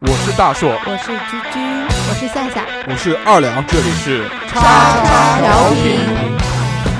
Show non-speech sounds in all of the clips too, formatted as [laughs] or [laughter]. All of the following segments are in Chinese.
我是大硕，我是居居，我是夏夏，我是二两，这里是叉叉调频。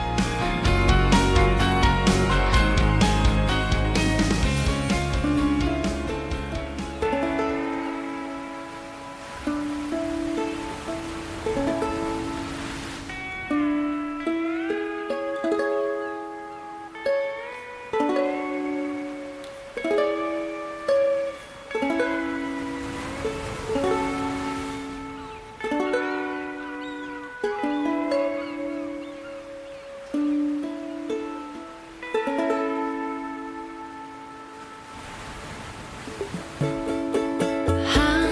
How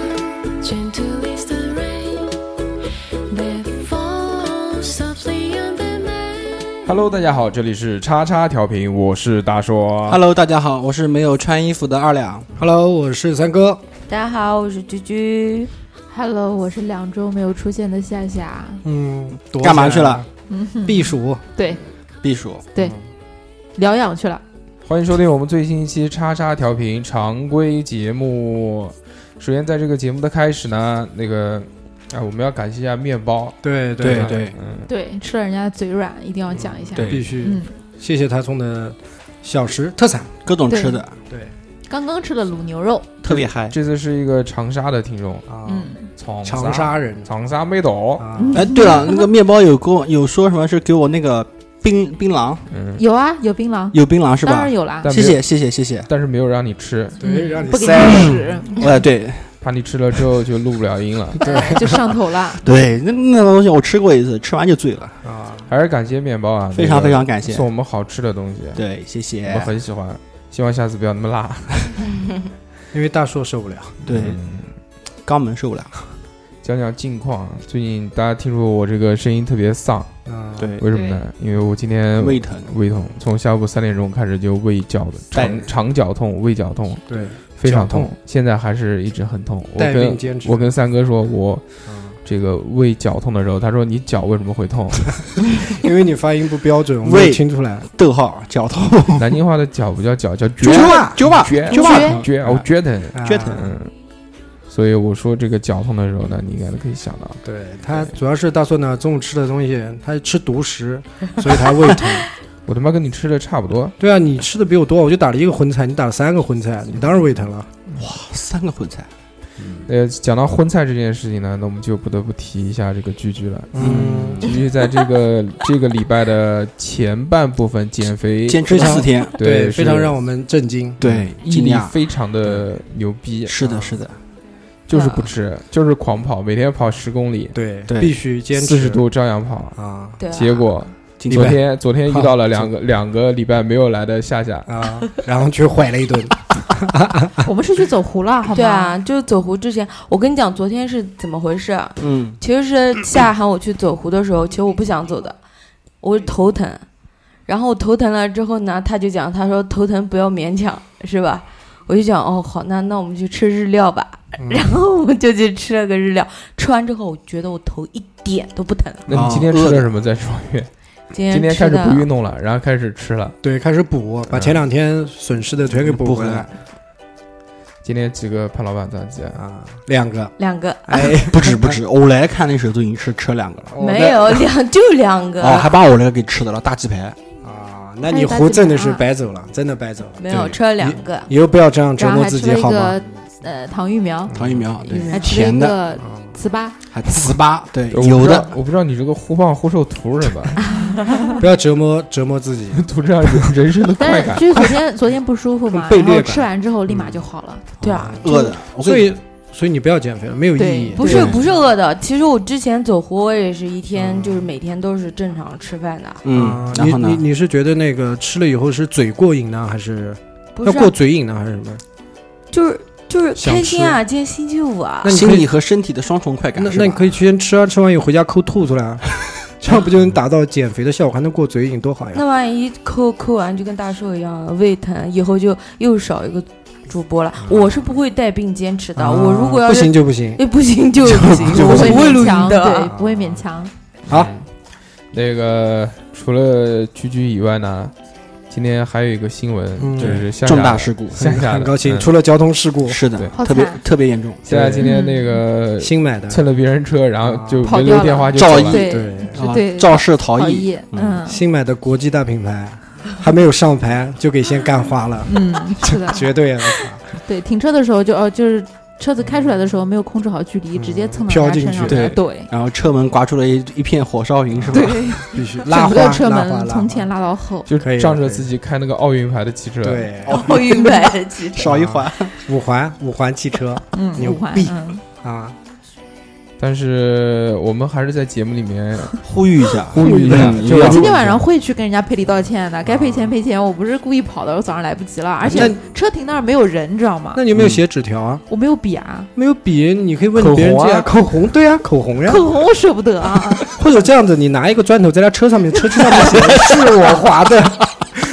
gentle is the rain that falls softly on the man? Hello，大家好，这里是叉叉调频，我是大硕。 Hello，大家好，我是没有穿衣服的二两。 Hello，我是三哥。大家好，我是居居。 Hello，我是两周没有出现的夏夏。嗯，躲干嘛起去来了？避暑。嗯对，避暑。疗养去了。欢迎收听我们最新一期《叉叉调频》常规节目。首先，在这个节目的开始呢，那个啊、我们要感谢一下面包，对对对，嗯，对，吃了人家嘴软，一定要讲一下。对必须嗯，谢谢他送的小食特产。各种吃的，对刚刚吃了卤牛肉。特别嗨。这次是一个长沙的听众，啊，嗯，长长沙人长沙妹岛，啊，哎，对了，那个面包有跟我有说什么是给我那个槟槟榔，嗯，有啊，有槟榔，有槟榔是当吧然？有啦。嗯但谢没有，谢谢谢谢谢。但是没有让你吃，对，让你不给塞你使，哎，对怕你吃了之后就录不了音 [laughs] 了。对， [laughs] 就上 [laughs] 头了。对，那那个东西我吃过一次，吃完就醉了，啊，还是感谢面包啊，非常那个非常感谢送。我们好吃的东西，对，谢我们谢。很喜欢，希望下次不要那么辣。因为大硕受不了。对，嗯肛门受不了。讲讲近况，最近大家听说我这个声音特别丧，啊，对，为什么呢？因为我今天胃疼。胃痛，从下午三点钟开始就胃绞的带肠肠绞痛、胃绞痛，对，非常痛绞痛，现在还是一直很痛。我带跟病兼职。我跟三哥说，我啊，这个胃绞痛的时候，他说你脚为什么会痛？因为你发音不标准，我没喂有听 [laughs] 出来。逗号，脚痛。啊南京话的脚不叫脚，叫撅吧，揪吧，撅揪吧。撅撅，我撅疼，啊撅疼嗯。所以我说这个绞痛的时候呢，你应该可以想到，对他主要是大硕呢，中午吃的东西，他吃 [laughs] 独食，所以他胃疼。我他妈跟你吃的差不多，对啊，你吃的比我多，我就打了一个荤菜，你打了三个荤菜，你当然胃疼了。三个混菜。呃，讲到荤菜这件事情呢，那我们就不得不提一下这个居居了。嗯， [laughs] 居居在这个这个礼拜的前半部分减肥，坚持了非常四天。对，非常让我我们震惊。对，毅尽力量。非常的牛逼，是的，是的。就是不吃，就是狂跑，每天跑十公里，对，对必须坚持。四十度照样跑。啊对啊结果今昨天天昨天遇到了两个两个礼拜没有来的夏夏，啊，然后去坏了一顿。我们是去走湖了，好吗？对啊，就是走湖之前，我跟你讲昨天是怎么回事。嗯，其实是夏喊我去走湖的时候，其实我不想走的，我头疼。然后我头疼了之后呢，他就讲，他说头疼不要勉强，是吧？我就讲哦好，那那我们去吃日料吧。然后我们就去吃了个日料，吃完之后我觉得我头一点都不疼了。那你今天啊饿吃的了什么？再说一遍。今天今天吃开始的不运动了，然后开始吃了。对，开始补，把前两天损失的全给嗯补补回来今天几个潘老板炸鸡啊？啊，两个。两个哎， [laughs] 不止不止，我来看那时候都已经吃吃两个哦了。没有 [laughs] 两就两个，哦，还把我那个给吃的了，大鸡排。啊，那你胡真的哎是白走了，真的白走了。啊没有啊对吃了两个。以后不要这样折然后磨还自吃己了一好吗？嗯个呃糖芋苗，糖芋苗，对，还吃了甜一的，个糍粑。还糍粑，对，我不知道有的，我不知道你这个忽胖忽瘦图什么， [laughs] 不要折磨折磨自己。图这样人人生的快但是感。就是昨天昨天不舒服嘛，被然后虐感吃完之后立马就好了。对啊，饿的。我跟所你以，所以你不要减肥了，没有意对义。不是对不是饿的，其实我之前走湖，我也是一天就是每天都是正常吃饭的，嗯啊，然你后呢你？你是觉得那个吃了以后是嘴过瘾呢，还是不要是啊过嘴瘾呢，还是什么？就是就是想开心啊！今天星期五啊那，你心可以理和身体的双重快感那是吧？那你可以先吃啊，吃完以后回家抠吐出来啊，这样不就能达到减肥的效果，还能过嘴瘾，多好呀！那万一抠抠完就跟大寿一样了，胃疼，以后就又少一个主播了。我是不会带病坚持的，啊我如果要不是行就不行，哎不行就不行，就我不会行不会录勉音强，的对啊。，不会勉强。好嗯那个除了居居以外呢，今天还有一个新闻，嗯就是乡下重大事故，乡下的很高兴。嗯出了交通事故，是对的，好特别惨特别严重。现在今天那个新买的，蹭了别人车，然后就跑没留掉了电话就赵走毅了。啊对对，啊对肇事逃好逸，意，嗯新买的国际大品牌，还没有上牌就给先干花了，嗯，是的，绝对啊！我靠对，停车的时候就哦，就是车子开出来的时候没有控制好距离，直接蹭到飘人家进身上去了对对然后车门刮出了一一片火烧云，是吧？ [laughs] 必须拉整花，个车拉花，门拉从花前拉到后，就可以仗着可以自己开那个奥运牌的汽车，，对，奥运牌的汽车，少一环，五环五环汽车嗯，牛五环逼，嗯，啊，但是我们还是在节目里面呼吁一下，呼吁一下嗯，就一我定今天晚上会去跟人家赔礼道歉的，该赔啊钱赔钱，我不是故意跑的，我早上来不及了，而且车停那儿没有人，你知道吗？那你有没有写纸条啊？我没有笔啊，没有笔，你可以口问别人红啊借啊口红，对啊，口红呀，口红我舍不得啊，或者这样子，你拿一个砖头在他车上面，车车上面写的是我划的，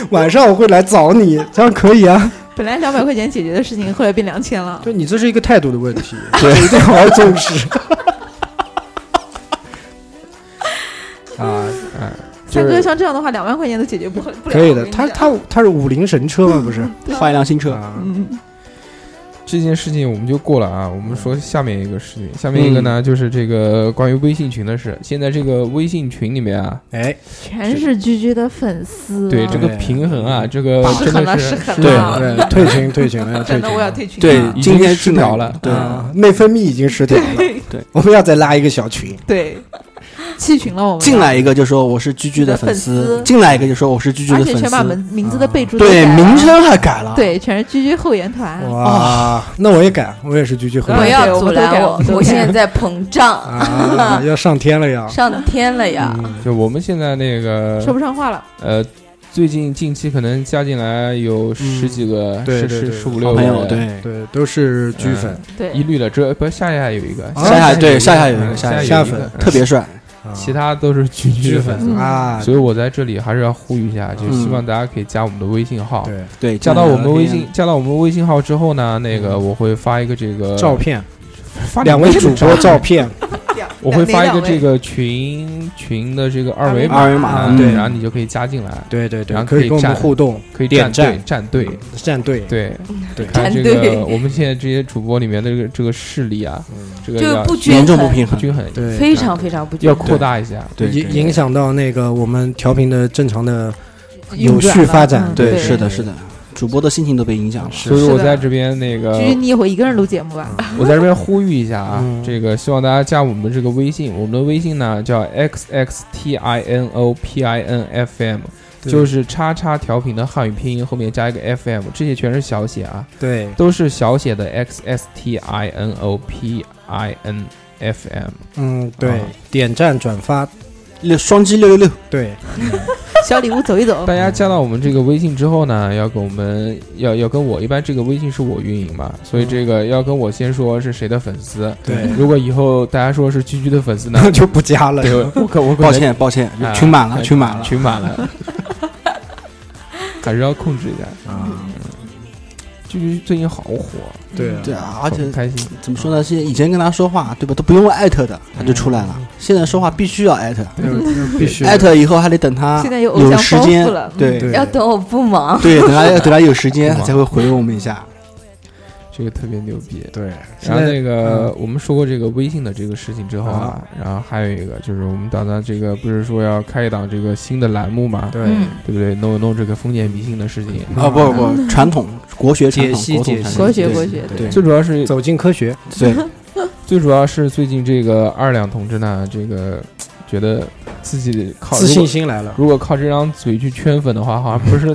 晚上我会来找你，这样可以啊？本来两百块钱解决的事情，后来变两千了。对你这是一个态度的问题，对，一定好好重 [laughs] 视。啊，哎，就三哥是像这样的话，两万块钱都解决不了。不了可以的我，跟你他讲他他是五菱神车嘛，不是？换一辆新车，啊，嗯，这件事情我们就过了啊。我们说下面一个事嗯情，下面一个呢就是这个关于微信群的事。现在这个微信群里面啊，哎，全是居居的粉丝啊，对这个嗯对平衡啊，这个失真衡的了，失是嗯衡对了，对，退群退群 [laughs] 了，要退真群的了，我要退群对了，已今经天失进来调了。对，啊，内分泌已经失调了，对，我们要再拉一个小群， [laughs] 对，弃群了我们啊进来一个就说我是居居的粉你的粉丝丝，进来一个就说我是居居而的且粉全把丝，啊名名字的备注都对，改了名称啊还改了，，对，全是居居后援团，哇，那我也改，我也是居居不回来对要我阻们都改拦了我我们，都我改现在在膨胀，啊， [laughs] 要上天了要，上天了呀！嗯就我们现在那个说不上话了。呃，最近近期可能加进来有十几个，对十对十对十五好六个朋友，人，对，嗯对，都是居粉，一对，律了。这不夏夏有嗯一个，啊夏夏对夏夏有有一个夏夏有一个粉特别帅，啊其他都是居居居粉。粉嗯啊，所以我在这里还是要呼吁一下，就嗯希望大家可以加我们的微信号，对，对，加到我们微进来聊信天，，加到我们微信号之后呢，那个我会发一个这个照，片，发两位主播照，片，我会发一个这个，个群群的这个二维码，二维啊码，嗯对，对，然后你就可以加进来，对对对然，后可可以以跟我站们互动，可以点站队赞站队，站队，对对看这 [laughs] 站嗯队个我们现在这些主播里面的这嗯个这个势力啊，这个就要不均严重不衡，平不衡，均衡，对，非常非常不均要衡。扩大一下。对，影对影响到那个我们调频的正常的有运转序了发展嗯，对对是的，是的，主播的心情都被影响了，所以是我的在这边那个，居居，你以后一个人录节目嗯吧。我在这边呼吁一下啊，嗯这个希望大家加我们的这个微信，我们的微信呢叫 x x t i n o p i n f m，对就是叉叉调频的汉语拼音后面加一个 f m，这些全是小写啊，对，都是小写的 x s t i n o p i n f m。嗯对啊，点赞转发，六双击六六六，对，小礼物走一走，大家加到我们这个微信之后呢，要跟我们要要跟我，一般这个微信是我运营嘛，所以这个要跟我先说是谁的粉丝。对如果以后大家说是居居的粉 [laughs] 丝呢，那就不加了，对我可我可抱能歉抱歉啊，群满了哎群满了，群满 [laughs] 了，还是要控制一下。啊，居居最近好火，对对啊，而且很开心。怎么说呢？现在以前跟他说话，对吧，都不用艾特的，他就出来了。现在说话必须要艾特，对，必须艾特以后还得等他现在有偶像有时包间袱了，对对要等我不忙，对，等他要等他有时间不忙他才会回我们一下。这个特别牛逼。对，现然后在嗯那个、我们说过这个微信的这个事情之后啊，然后还有一个就是我们打算这个不是说要开一档这个新的栏目嘛，对嗯，对不对？弄一弄这个封建迷信的事情，啊不不，传统国学传解析统国解统传统析嗯国学对国学，对对最主要是走进科学，对，最主要是最近这个二两同志呢，这个觉得自己靠自信心来了。如果如果靠这张嘴去圈粉的话，好像不是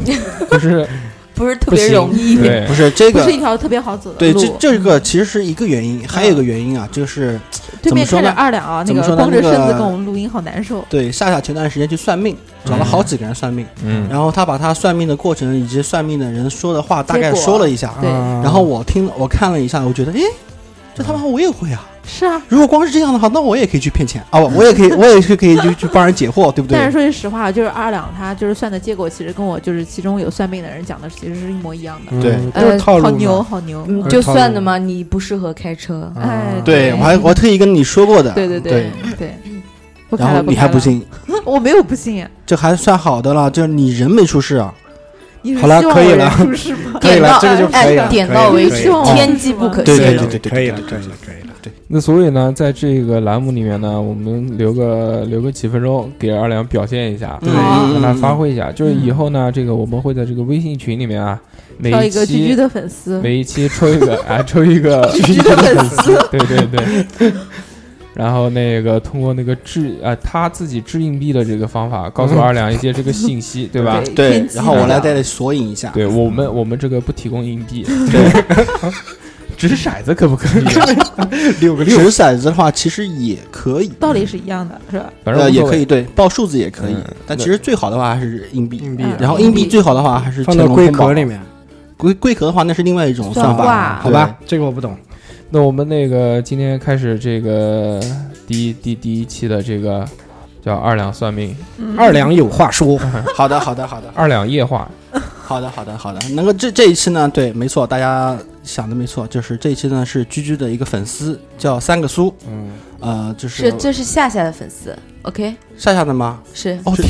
不是不不是特不别行容易。对不，是这不个是一，条特别好走的对，路。这这个其实是一个原因，还有一个原因啊，就是对面怎么说开呢着二两啊，那怎么个说呢光着那身个子跟我们录音，好难受。对夏夏前段时间去算命，找了好几个人算命，嗯然后他把他算命的过程以及算命的人说的话大概结果说了一下，对啊然后我听了我看了一下，我觉得，诶，这他妈我也会啊！是啊，如果光是这样的话，那我也可以去骗钱啊，我也可以，我也是可以去去帮人解惑，对不但对？是说句实话，就是二两他就是算的结果，其实跟我就是其中有算命的人讲的其实是一模一样的。嗯对都呃是套路好嘛牛，好牛！嗯嗯就套算路的嘛，你不适合开车，啊哎嗯对，我还我还特意跟你说过的，对对对对，不然开后了，你还开不了，信，我没有不信，这还算好的了，就是你人没出事啊。你是好了希望可以我人了出事 [laughs] 吗？可以点了到这个就可以了哎，点到可以为止了可以了，天机不可对泄对露对。对对，可以了对可以了可以了。那所以呢，在这个栏目里面呢，我们留个留个几分钟给二两表现一下，对好让嗯他发挥一下。就是以后呢，这个我们会在这个微信群里面啊，每挑一个居居期的粉丝，每一期抽一个啊，抽一个居居的粉丝，对对对。然后那个通过那个掷啊、他自己掷硬币的这个方法，告诉二两一些这个信息，对吧？对天，机然后我的来再索引一下，对我们我们这个不提供硬币， [laughs] 对，掷骰子可不可以？六个掷骰子的话其实也可以，道理是一样的，是 [laughs] 吧？反正呃，无也所谓可以，对，报数字也可以嗯，但其实最好的话还是硬币，硬币嗯然后硬硬币币最好的话还是放到乾隆龟宫壳保里。面，龟龟壳的话，那是另外一种算算法法，好吧？这个我不懂。那我们那个今天开始这个第一第第一期的这个叫二两算命，嗯二两有话说，嗯对？好的，好的，好的，二两夜话，好的，好的，好的。能够这这一期呢，对，没错，大家想的没错，就是这一期呢是居居的一个粉丝叫三个苏，嗯，呃，就是这是夏夏的粉丝，OK，夏夏的吗？是哦，对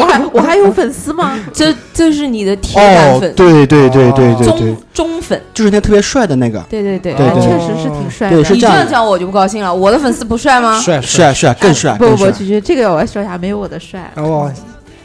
我还我还有粉丝吗？这这是你的铁杆哦，粉，哦对对对对对对中，中粉，就是那特别帅的那个，对对对对哎对确实是挺帅的对。是你这这样的样讲我就不高兴了，我的粉丝不帅吗？帅帅帅更帅不更不不，帅，居居，这个我要说一下，没有我的帅。哦，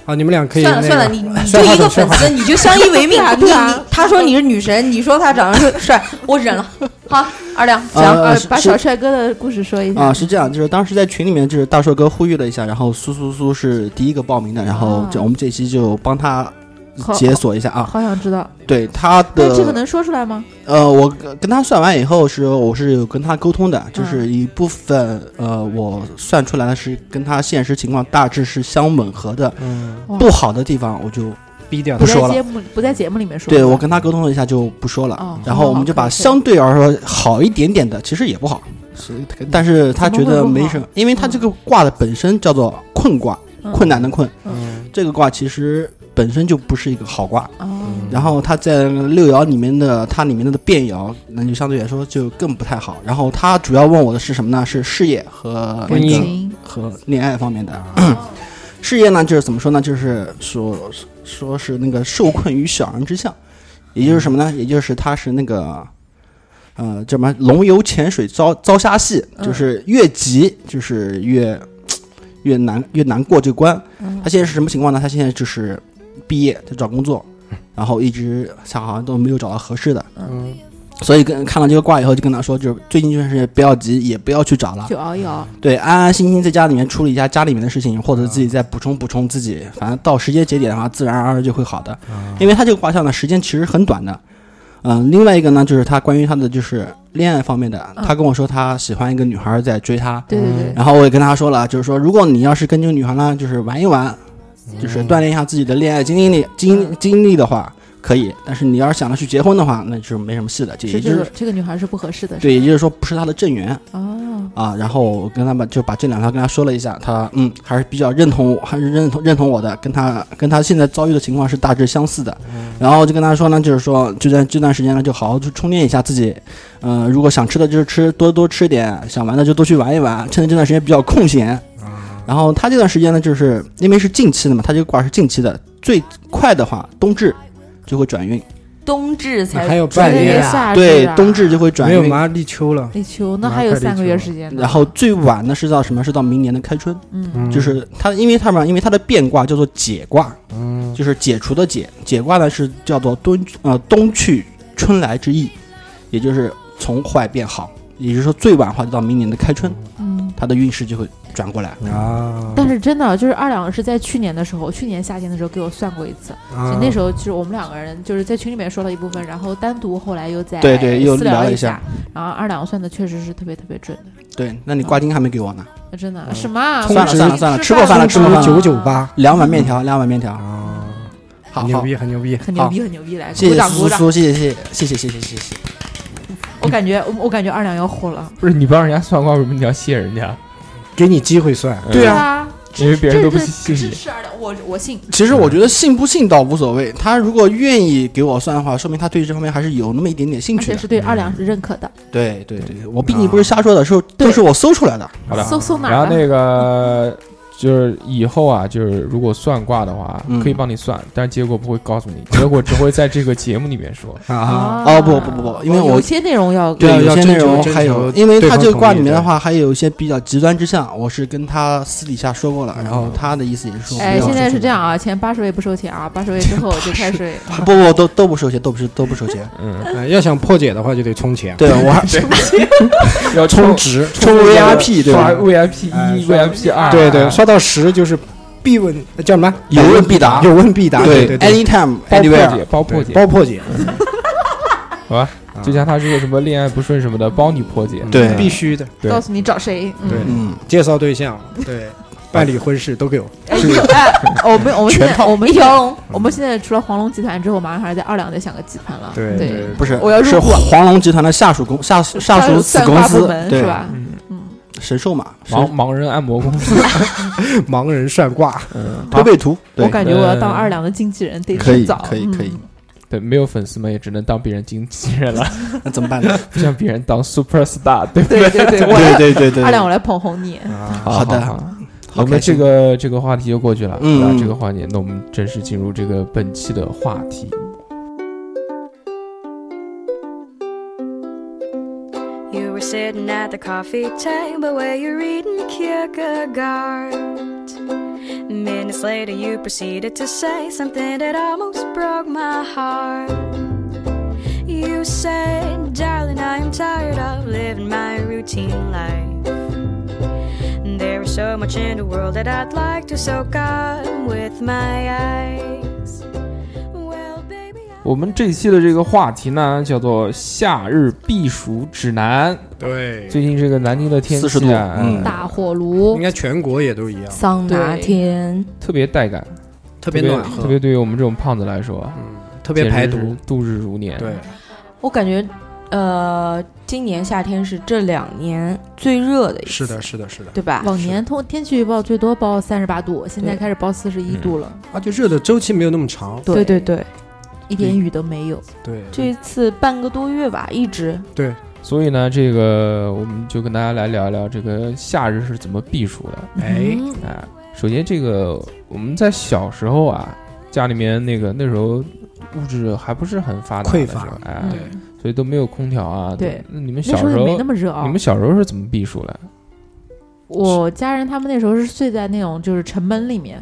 好，你们俩可以算了那算了，个你你就算好一个走粉丝，你就相依为命。对啊你对啊你他说你是女神，你说他长得是帅，我忍了。好，二两讲，呃呃，是把是小帅哥的故事说一下啊，是这样，就是当时在群里面，就是大硕哥呼吁了一下，然后苏苏苏是第一个报名的，然后这啊我们这期就帮他好解锁一下啊。好想知道，对他那这个的能说出来吗？呃，我跟跟他算完以后是，我是有跟他沟通的，嗯就是一部分呃，我算出来的是跟他现实情况大致是相吻合哦的，嗯哇不好的地方我就逼掉不他不。在说了节目不在节目里面说吧。对我跟他沟通了一下就不说了，哦然后我们就把好可以相对而说好一点点的，其实也不好，是但是他觉得没什么，因为他这个卦的本身叫做困卦，嗯困难的困，嗯，这个卦其实本身就不是一个好卦。哦，嗯嗯然后它在六爻里面的它里面的变爻，那就相对来说就更不太好。然后他主要问我的是什么呢？是事业和婚那个姻行，和恋爱方面的。啊 [coughs] 事业呢，就是怎么说呢？就是说说是那个受困于小人之相，也就是什么呢？嗯也就是他是那个。呃，叫什么龙游浅水遭遭虾戏，嗯就是越急就是越越难越难过这个关。嗯他现在是什么情况呢？他现在就是毕业在找工作，嗯然后一直想好像都没有找到合适的，嗯所以跟看了这个卦以后，就跟他说，就是最近这段时间不要急，也不要去找了，就熬一熬，对，安安心心在家里面处理一下家里面的事情，或者自己再补充补充自己，反正到时间节点的话，自然而然就会好的。因为他这个卦象呢，时间其实很短的。嗯，另外一个呢，就是他关于他的就是恋爱方面的，嗯他跟我说他喜欢一个女孩在追他，对对对，然后我也跟他说了，就是说，如果你要是跟这个女孩呢，就是玩一玩，就是锻炼一下自己的恋爱经历嗯经经历的话，可以。但是你要是想着去结婚的话，那就是没什么戏的。这也是就这个是这个女孩是不合适的，是对，也就是说不是他的正缘吧哦，啊。然后我跟他们就把这两条跟他说了一下，他嗯还是比较认同我，还是认同认同我的，跟他跟他现在遭遇的情况是大致相似的。嗯然后就跟他说呢，就是说就在这段时间呢，就好好去充电一下自己。嗯、如果想吃的就是吃，多多吃点；想玩的就多去玩一玩，趁着这段时间比较空闲。嗯然后他这段时间呢，就是因为是近期的嘛，他这个卦是近期的，最快的话冬至就会转运，冬至才还有这半个夜也啊夏对至，啊冬至就会转没有运。马立秋了，立秋，那马还有克立三个秋月了时间呢，然后最晚呢是到什么？是到明年的开春，嗯，就是它，因为它嘛，因为它的变卦叫做解卦，嗯就是解除的解，解卦呢是叫做冬呃冬去春来之意，也就是从坏变好，也就是说最晚的话就到明年的开春，嗯，它的运势就会转过来。啊，但是真的就是二两是在去年的时候，去年夏天的时候给我算过一次，嗯啊那时候就是我们两个人就是在群里面说了一部分，然后单独后来又在对对又私聊了一一下，然后二两算的确实是特别特别准的，对，那你挂金还没给我嗯呢，那真的什么啊？嗯算了我算去了算了吃吃过饭了吃过饭了九九，八两碗面条，两碗面条，啊，好很牛好，逼，很牛逼，很牛逼很牛逼，来谢鼓谢掌苏鼓掌！苏，谢谢谢谢谢谢谢谢谢。我感觉我我感觉二两要火了，不是你帮人家算卦，为什么你要谢人家？给你机会算，对啊啊，因为别人这都不这信这你。是二两，我我信，其实我觉得信不信倒无所谓，他如果愿意给我算的话，说明他对这方面还是有那么一点点兴而趣且的是。对二两是认可的。对对对，我啊毕竟不是瞎说的，是对都是我搜出来的。好的，搜搜哪儿啊然后了？那个就是以后啊，就是如果算卦的话，嗯可以帮你算，但是结果不会告诉你，结果只会在这个节目里面说。啊，哦不不不不因为我有些内容要对有要些征内求容征还求有，因为对他方这个同卦意里面对的话，还有一些比较极端之象，我是跟他私底下说过了，然后他的意思也是说不要哎，说现这个，在是这样啊，前八十位不收钱啊，八十位之后就开始不，不不都都不收钱，都不是都不收 [laughs] 钱。嗯，呃要想破解的话就得充钱，对我还 [laughs] 要充值，充 VIP 对刷吧？ VIP 哎一、VIP 二，啊对对，刷到十就是必问叫什么？有问必答有问必答，对对对， ，anytime 包破 anywhere，解，包破解，包破解，好吧。就像他如果什么恋爱不顺什么的，帮你破解。嗯对必须的，对告诉你找谁。嗯对，嗯，介绍对象，对，办理婚事都给我，哎，有哎，我们我们现全在套我们一条龙，我们现在除了黄龙集团之后，马上还在二两再想个集团了。对对，不是我要，入是股黄龙集团的下属公下下属子算公卦部司门，是对吧？嗯，神兽马盲神盲人按摩公司，盲人算卦，嗯，推背图，我对，感觉我要当二两的经纪人，得可趁以早。可以可以嗯，，对，没有粉丝嘛，也只能当别人经纪人了，那怎么办呢？不像别人当 super star，对不嗯对对 [laughs] 对，我对来对对对，嗯二两，我来捧红你。啊，好 [laughs] 好的好好我们开这心个这个话题就过去了，嗯那嗯这个环节，那我们正式进入这个本期的话题。 You were sitting at the coffee table where you're reading Kierkegaard. Minutes later, you proceeded to say something that almost broke my heart. You said, Darling, I am tired of living my routine life. There is so much in the world that I'd like to soak up with my eyes. Well, baby, I- 我们这期的这个话题呢，叫做“夏日避暑指南”。对，最近这个南京的天40气度啊，嗯大火炉应该全国也都一样，桑拿对天，特别带感，特特别暖和，嗯特别对于我们这种胖子来说，啊特别排简直毒是，度日如年。对，我感觉，呃，今年夏天是这两年最热的一次，是的，是的，是的，对吧？往年通天气预报最多报三十八度，现在对开始报四十一嗯度了，而且啊热的周期没有那么长，对对对，一点雨都没有。对，这一次半个多月吧，一直对，所以呢，这个我们就跟大家来聊一聊这个夏日是怎么避暑的哎，嗯啊。首先，这个我们在小时候啊，家里面那个那时候物质还不是很发达的时候，匮乏哎，嗯对所以都没有空调啊。对那你们那小时候时也候没那么热啊。你们小时候是怎么避暑的？我家人他们那时候是睡在那种就是城门里面，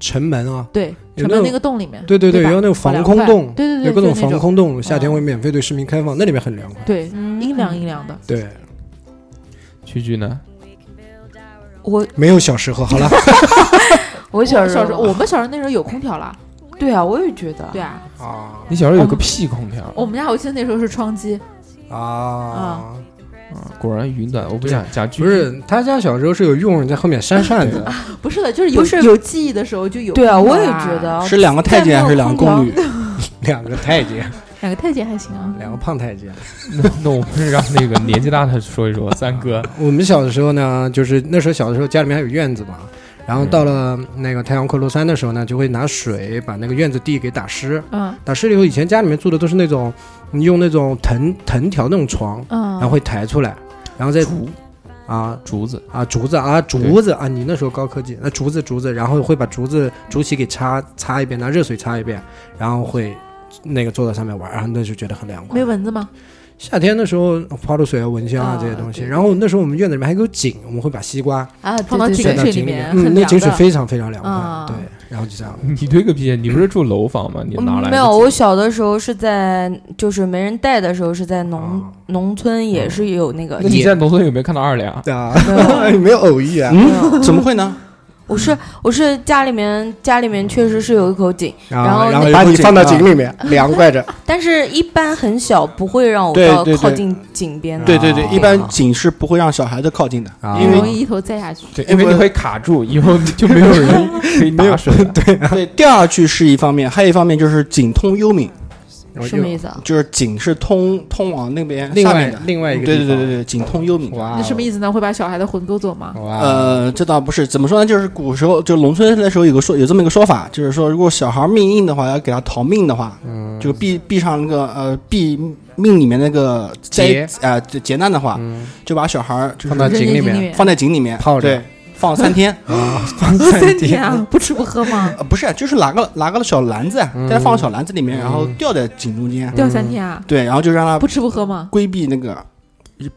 城门啊，对，有城那门种那个洞里面，对对对，吧有那种防空洞，对对对，有各种就那防空洞，夏天会免费对市民开放，那里面很凉快。对，阴阴凉阴凉的。对，蛐蛐呢？我没有小时候， [laughs] 好了，我小小时候，时候，我们小时候那时候有空调了，对啊，我也觉得，对啊， [laughs] 啊你小时候有个屁空调，啊我们家我记得那时候是窗机，啊，啊果然云短。我不想讲不蛐蛐，是，他家小时候是有佣人在后面扇扇子，不是的，就是有不是有记忆的时候就有。对啊，我也觉，得是两个太监还是两个宫女？ [laughs] 两个太监，两个太监还行啊，两个胖太监。那 [laughs] 那我们让那个年纪大的说一说。三哥，我们小的时候呢，就是那时候小的时候家里面还有院子嘛，然后到了那个太阳快落山的时候呢，就会拿水把那个院子地给打湿，嗯打湿了以后，以前家里面住的都是那种你用那种藤藤条那种床，嗯，然后会抬出来，然后再竹啊竹子，啊，竹子啊，竹子啊，你那时候高科技，那竹子竹子，然后会把竹子竹席给擦擦一遍，拿热水擦一遍，然后会那个坐在上面玩，然后那就觉得很凉快没。蚊子吗？夏天的时候，花露水啊、蚊香啊这些东西，啊对然后那时候我们院子里面还有井，我们会把西瓜啊，放到对对井塞对到水里井里面嗯，很那凉井水的非常非常凉啊快，对，然后就这样。你对个屁！你不是住楼房吗？你哪来的嗯没有，我小的时候是在就是没人带的时候是在农、啊农村，也嗯是有那个。那你在农村有没有看到二两？啊，没有 [laughs] 没有偶遇啊。没嗯，有怎么会呢？我是我是家里面家里面确实是有一口井，然后然后那把个你放到井里面，凉快着。但是一般很小，不会让我对到对对靠近井边的对地方。对对，一般井是不会让小孩子靠近的，啊因容为易一头栽下去。对，因为你会卡住，以后就 [laughs] 没有人可以打水了。对， [laughs] 对掉下去是一方面，还有一方面就是井通幽冥，然后什么又意思啊？就是井是通通往那边另下外面的。另外一个对对地对方对，对，井通幽冥。哇哦，那什么意思呢？会把小孩的魂勾走吗？哇哦，呃，这倒不是，怎么说呢？就是古时候，就农村那时候有个说，有这么一个说法，就是说，如果小孩命硬的话，要给他逃命的话，嗯就避避上那个呃避命里面那个灾劫啊劫难的话，嗯就把小孩儿就是放到扔井进里井面放在井里面泡着对，放三天， [laughs] 啊，喝 [laughs] 三天啊，不吃不喝吗？呃，不是，就是拿个拿个小篮子，嗯给他放个小篮子里面，然后吊在井中间，掉三天啊，对，然后就嗯让他不吃不喝吗？规避那个，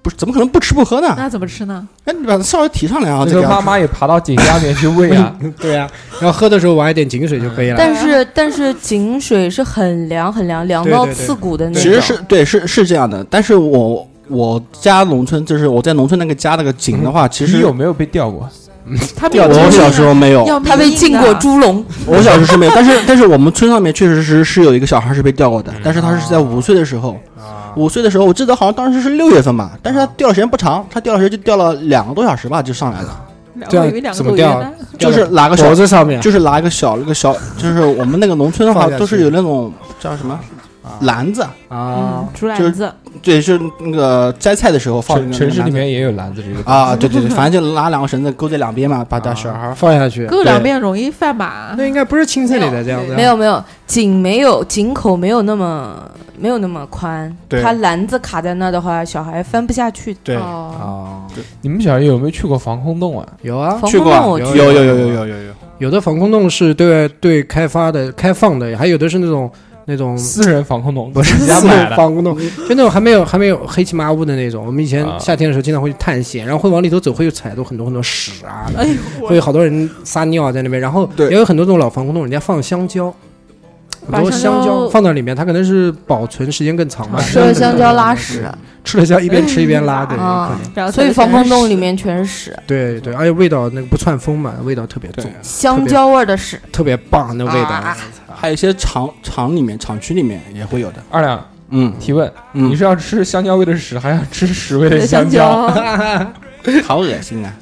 不是怎么可能不吃不喝呢？那怎么吃呢？哎，你把它稍微提上来啊，那再个给他妈吃妈也爬到井下面去喂啊。嗯对呀，然后喝的时候玩一点井水就可以了。但是但是井水是很凉很凉，凉对到对对刺骨的那种。其实是对，是是这样的，但是我我家农村就是我在农村那个家那个井的话，其你实有没有被钓过？他们我小时候没有，啊要他被禁浸过啊猪笼，我小时候是没有，但是但是我们村上面确实是是有一个小孩是被钓过的，但是他是在五岁的时候，五岁的时候我记得好像当时是六月份吧，但是他钓的时间不长，他钓的时候就钓了两个多小时吧就上来了，这样我以为两个啊怎么啊狗钓园呢。就是拿个小嗯脖子上面，就是拿一个小那个小，就是我们那个农村的话放下去都是有那种叫什么篮子，啊嗯，，竹就篮是子，对，就是那个摘菜的时候放城那个城市篮里子面也有篮子这个。啊，对对对，反正就拿两个绳子勾在两边嘛，把大小孩孩放下去，够两遍容易犯吧那？应该不是青森里的这样子啊，没有没有，井没有井口没有那么没有那么宽，对它篮子卡在那儿的话，小孩翻不下去。对哦，啊，你们小时候有没有去过防空洞啊？有啊，防去空过啊洞我有去有过有有有有有有，有的防空洞是对外对开发的、开放的，还有的是那种那种私人防空洞不是自己家买的。嗯防空洞，就那种还没有还没有黑漆麻乌的那种。我们以前啊夏天的时候经常会去探险，然后会往里头走，会有踩到很多很多屎啊，哎呦，会有好多人撒尿在那边，然后对也有很多那种老防空洞，人家放香蕉。把很多香香蕉蕉放到里面，它可能是保存时间更长吧。吃了香蕉拉屎，吃了香一边吃一边拉，对，有可啊能。然后所以再防空洞 [laughs] 里加面全是屎，对对，而且味道那个不窜风嘛，味道特别重对，香蕉味儿的屎。特别棒，那味道。啊还有一些厂厂里面、厂区里面也会有的。二两嗯提问：你嗯，是要吃香蕉味的屎，还要吃屎味的点香蕉？蕉， [laughs] 好恶心啊！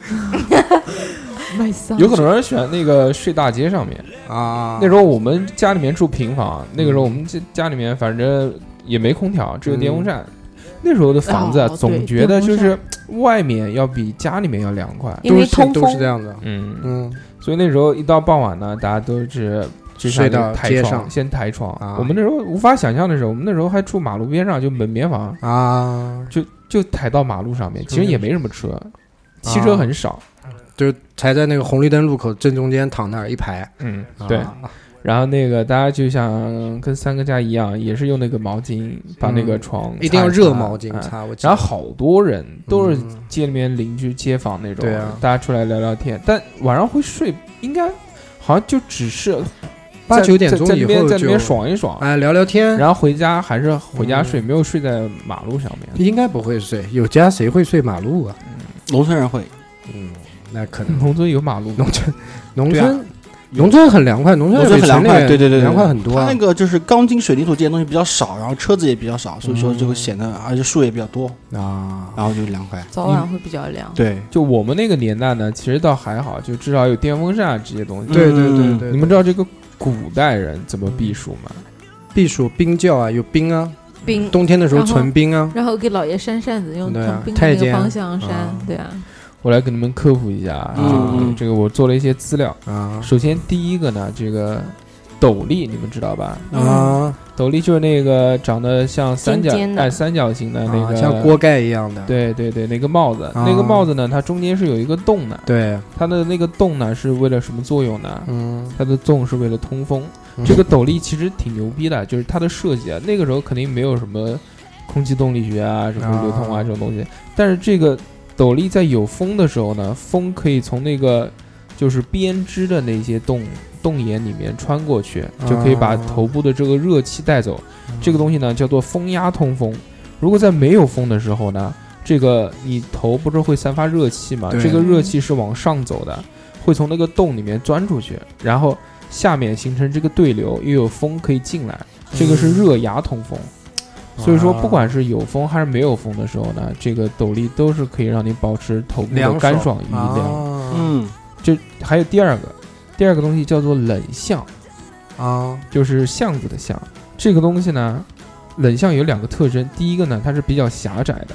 买香有很多人喜欢那个睡大街上面。啊那时候我们家里面住平房，啊那个时候我们家家里面反正也没空调，只有电风扇。那时候的房子啊，哦对总觉得就电是外面要比家里面要凉快。因为都是通都是这风，样的，嗯，嗯，所以那时候一到傍晚呢，大家都是就像睡到那个街抬床，上先抬床。啊我们那时候无法想象的时候，我们那时候还住马路边上，就门棉房，啊，就就抬到马路上面，其实也没什么车，汽车很少。啊就是才在那个红绿灯路口正中间躺那儿一排，嗯啊，对。然后那个大家就像跟三哥家一样，也是用那个毛巾把那个嗯床一定要擦热擦哎毛巾嗯擦，我记然得后好多人都是嗯街里面邻居、街坊那种，对啊大家出来聊聊天。但晚上会睡，应该好像就只是八在九点在钟在以那边后在那就边爽一爽，哎聊聊天，然后回家还是回家睡，没有睡在马路上面。应该不会睡，有家谁会睡马路啊？农村人会，嗯，那可能农村有马路吗？农村农对啊村农村很凉快，农村农村比很凉城里快面对对对对凉快很多它啊那。个就是钢筋水泥土这些东西比较少，然后车子也比较少，所以说就会显得，而且树也比较多，啊，然后就凉快。早晚会比较凉。对，就我们那个年代呢，其实倒还好，就至少有电风扇这些东西。对对对对，你们知道这个古代人怎么避暑吗？避暑冰窖啊，有冰啊，冰冬天的时候然后存冰啊，然后给老爷扇扇子，用对啊藤冰的太那个监方向扇啊，对啊，我来给你们科普一下啊，嗯这个嗯这个我做了一些资料。啊首先第一个呢，这个斗笠你们知道吧？啊斗笠就是那个长得像三角尖尖的哎三角形的那啊，个，像锅盖一样的，对对对，那个帽子，啊那个帽子呢，它中间是有一个洞的，对，它的那个洞呢是为了什么作用呢？嗯，它的洞是为了通风。嗯这个斗笠其实挺牛逼的，就是它的设计啊，那个时候肯定没有什么空气动力学啊、什么流通啊啊这种东西，但是这个斗笠在有风的时候呢，风可以从那个就是编织的那些洞洞眼里面穿过去，啊就可以把头部的这个热气带走。嗯这个东西呢叫做风压通风。如果在没有风的时候呢，这个你头不是会散发热气嘛？对这个热气是往上走的，会从那个洞里面钻出去，然后下面形成这个对流，又有风可以进来，这个是热压通风。嗯所以啊说，不管是有风还是没有风的时候呢，这个斗笠都是可以让你保持头部的凉啊干爽与凉。凉嗯，就还有第二个，第二个东西叫做冷巷，啊就是巷子的巷。这个东西呢，冷巷有两个特征，第一个呢，它是比较狭窄的，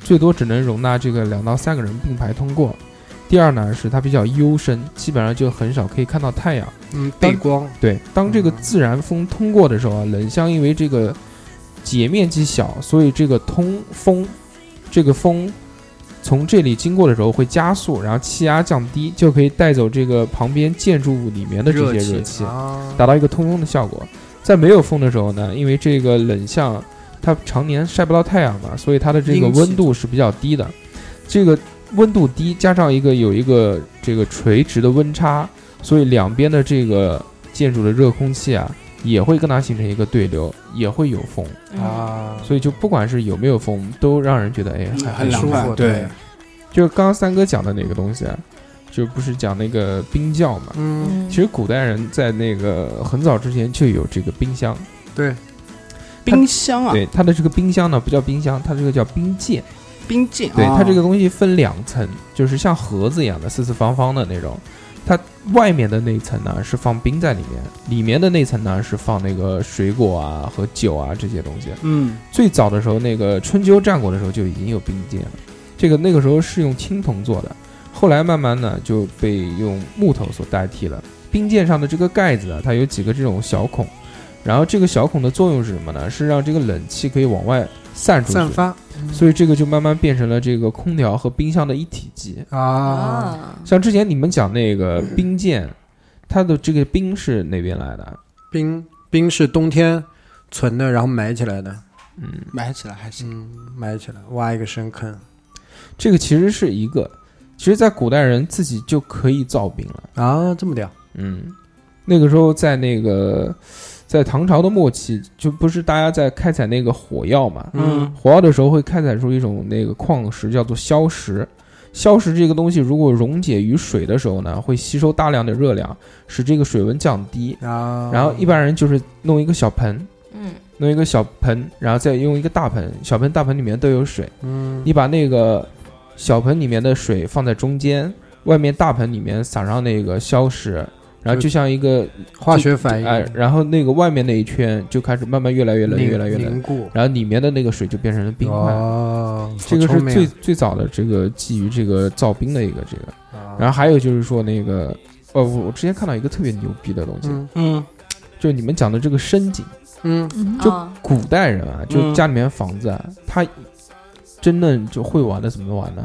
最多只能容纳这个两到三个人并排通过。第二呢，是它比较幽深，基本上就很少可以看到太阳。嗯，背光对，当这个嗯自然风通过的时候啊，冷巷因为这个截面积小，所以这个通风，这个风从这里经过的时候会加速，然后气压降低，就可以带走这个旁边建筑物里面的这些热气，啊，达到一个通风的效果。在没有风的时候呢，因为这个冷巷它常年晒不到太阳嘛，所以它的这个阴气温度是比较低的。这个温度低加上一个有一个这个垂直的温差，所以两边的这个建筑的热空气啊，也会跟它形成一个对流，也会有风。嗯啊，所以就不管是有没有风，都让人觉得哎，嗯很很舒凉服，快，对，，就是刚刚三哥讲的那个东西啊，就不是讲那个冰窖嘛。嗯，其实古代人在那个很早之前就有这个冰箱，对，冰箱啊，对，它的这个冰箱呢，不叫冰箱，它这个叫冰鉴。冰鉴，对，啊它这个东西分两层，就是像盒子一样的，四四方方的那种。它外面的那层呢是放冰在里面，里面的那层呢是放那个水果啊和酒啊这些东西。嗯，最早的时候，那个春秋战国的时候就已经有冰鉴了，这个那个时候是用青铜做的，后来慢慢呢就被用木头所代替了。冰鉴上的这个盖子啊，它有几个这种小孔，然后这个小孔的作用是什么呢？是让这个冷气可以往外散出去，散发所以这个就慢慢变成了这个空调和冰箱的一体机。啊，啊，像之前你们讲那个冰鉴，它的这个冰是哪边来的？冰冰是冬天存的，然后埋起来的，埋起来还行。嗯，埋起来，挖一个深坑这个其实是一个，其实，在古代人自己就可以造冰了。啊，这么屌，嗯，那个时候在那个在唐朝的末期，就不是大家在开采那个火药嘛？嗯火药的时候会开采出一种那个矿石，叫做硝石。硝石这个东西，如果溶解于水的时候呢，会吸收大量的热量，使这个水温降低。啊，然后一般人就是弄一个小盆，嗯，弄一个小盆，然后再用一个大盆，小盆大盆里面都有水。嗯你把那个小盆里面的水放在中间，外面大盆里面撒上那个硝石，然后就像一个化学反应哎，然后那个外面那一圈就开始慢慢越来越冷，凝越来越冷凝，固，然后里面的那个水就变成了冰块。哦，这个好是聪明最最早的这个基于这个造冰的一个这个，啊然后还有就是说那个，哦，我我之前看到一个特别牛逼的东西，嗯嗯就是你们讲的这个深井，嗯就哦啊古代人啊，就家里面房子啊，他真正就会玩的怎么玩呢？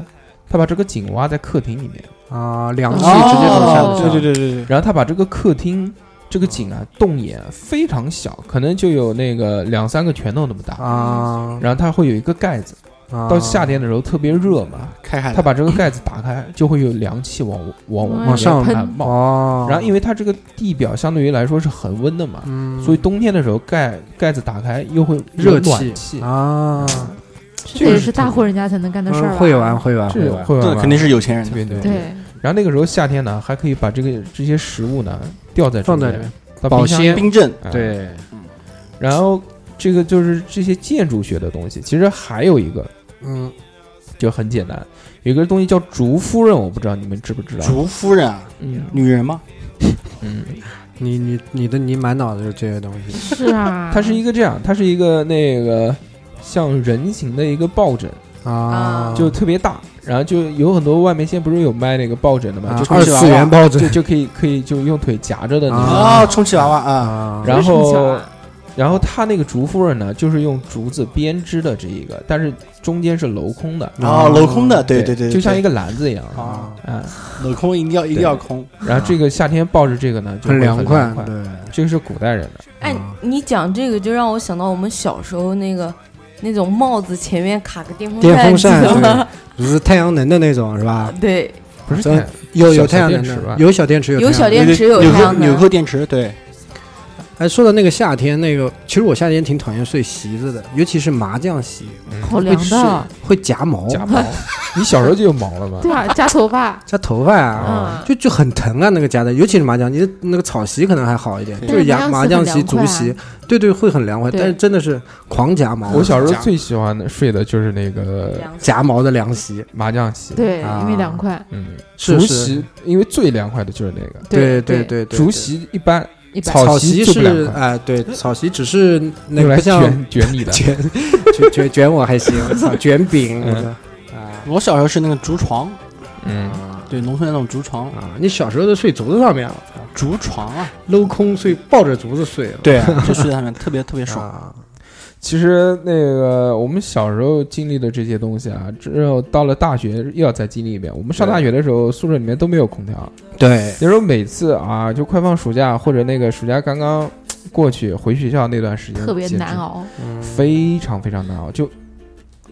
他把这个井挖在客厅里面，啊，凉气哦直接从下哦嗯面，对对对对对，然后他把这个客厅这个井啊，洞眼非常小，可能就有那个两三个拳头那么大，啊，然后它会有一个盖子，啊哎到夏天的时候特别热嘛，开海他把这个盖子打开，就会有凉气往往往往上来喷冒。哦，然后因为它这个地表相对于来说是恒温的嘛，嗯，所以冬天的时候盖盖子打开又会有热暖气气，啊，这也是大户人家才能干的事儿、嗯会玩，会玩这会个玩，会玩那吗肯定是有钱人特的，别牛。对，然后那个时候夏天呢，还可以把这个这些食物呢吊在放中在间里到保冰箱鲜里冰镇，哎对，然后这个就是这些建筑学的东西，其实还有一个嗯，就很简单，有一个东西叫竹夫人，我不知道你们知不知道？竹夫人啊，嗯女人吗？嗯，你你你的你满脑子就是这些东西，是 [laughs] 啊，它是一个这样，它是一个那个像人形的一个抱枕，啊，就特别大，然后就有很多外面现在不是有卖那个抱枕的嘛，啊就二次元抱枕就就可以可以就用腿夹着的那种。啊哦，充气娃娃啊，啊，然不是很小后啊，然后它那个竹夫人呢，就是用竹子编织的这一个，但是中间是镂空的，哦，镂空的，对啊对对对，就像一个个篮子一样啊，啊。镂空，一定要一定要空，然后这个夏天抱着这个呢，就很会凉凉快，快。对，这个是古代人的，哎，你讲这个就让我想到我们小时候那个那种帽子前面卡个电风电风记扇得吗，啊对，不是太阳能的那种是吧？ [laughs] 对，不是咱太有有小太小阳电能池吧的，有小电池，有有太小阳能电池有纽太扣阳纽能，扣电池，对，哎，说到那个夏天，那个其实我夏天挺讨厌睡席子的，尤其是麻将席，好凉的。会夹毛、嗯夹毛，你小时候就有毛了吗？对啊， [laughs] 夹头发，夹头发啊，嗯，就就很疼啊，那个夹的，尤其是麻将，你的那个草席可能还好一点，对就是但牙是麻麻将将席、席很竹凉快啊席，对对，会很凉快，对但是真的是狂夹毛。我小时候夹最喜欢的睡的就是那个夹毛的凉席，麻将席，对，啊因为凉快，嗯，是竹是席，因为最凉快的就是那个对对对对，竹席，一般一般草草席席就不凉是快哎对，草席 [laughs] 只是那用来个不像卷卷你的， [laughs] 卷卷卷卷我 [laughs] 还行，操卷饼嗯我的啊我小时候是那个竹床，嗯，对，农村那种竹床，啊！你小时候都睡竹子上面了，操竹床啊，镂空睡，抱着竹子睡了，对，就睡在上面，特别特别爽。啊，其实那个我们小时候经历的这些东西啊，之后到了大学又要再经历一遍。我们上对大学的时候，宿舍里面都没有空调，对，那时候每次啊，就快放暑假或者那个暑假刚刚过去回学校那段时间，特别简直难，熬，嗯非常非常难熬。就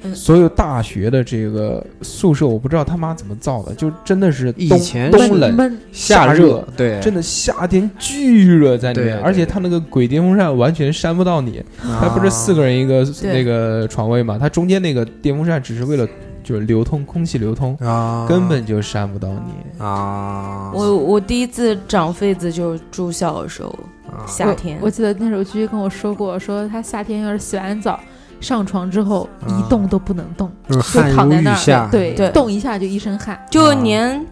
嗯所有大学的这个宿舍，我不知道他妈怎么造的，就真的是以冬前是冬闷冷闷，夏热。，对，真的夏天巨热在里对面，对而且对它那个鬼电风扇完全扇不到你，它他不是四个人一个啊对那个床位嘛？它中间那个电风扇只是为了就是流通空气流通，啊，根本就扇不到你。啊，我我第一次长痱子就是住校的时候，啊夏天我。我记得那时候居居跟我说过，说他夏天要是洗完澡上床之后啊一动都不能动，就是就汗躺如在雨那下儿，，对对动一下就一身汗。就啊连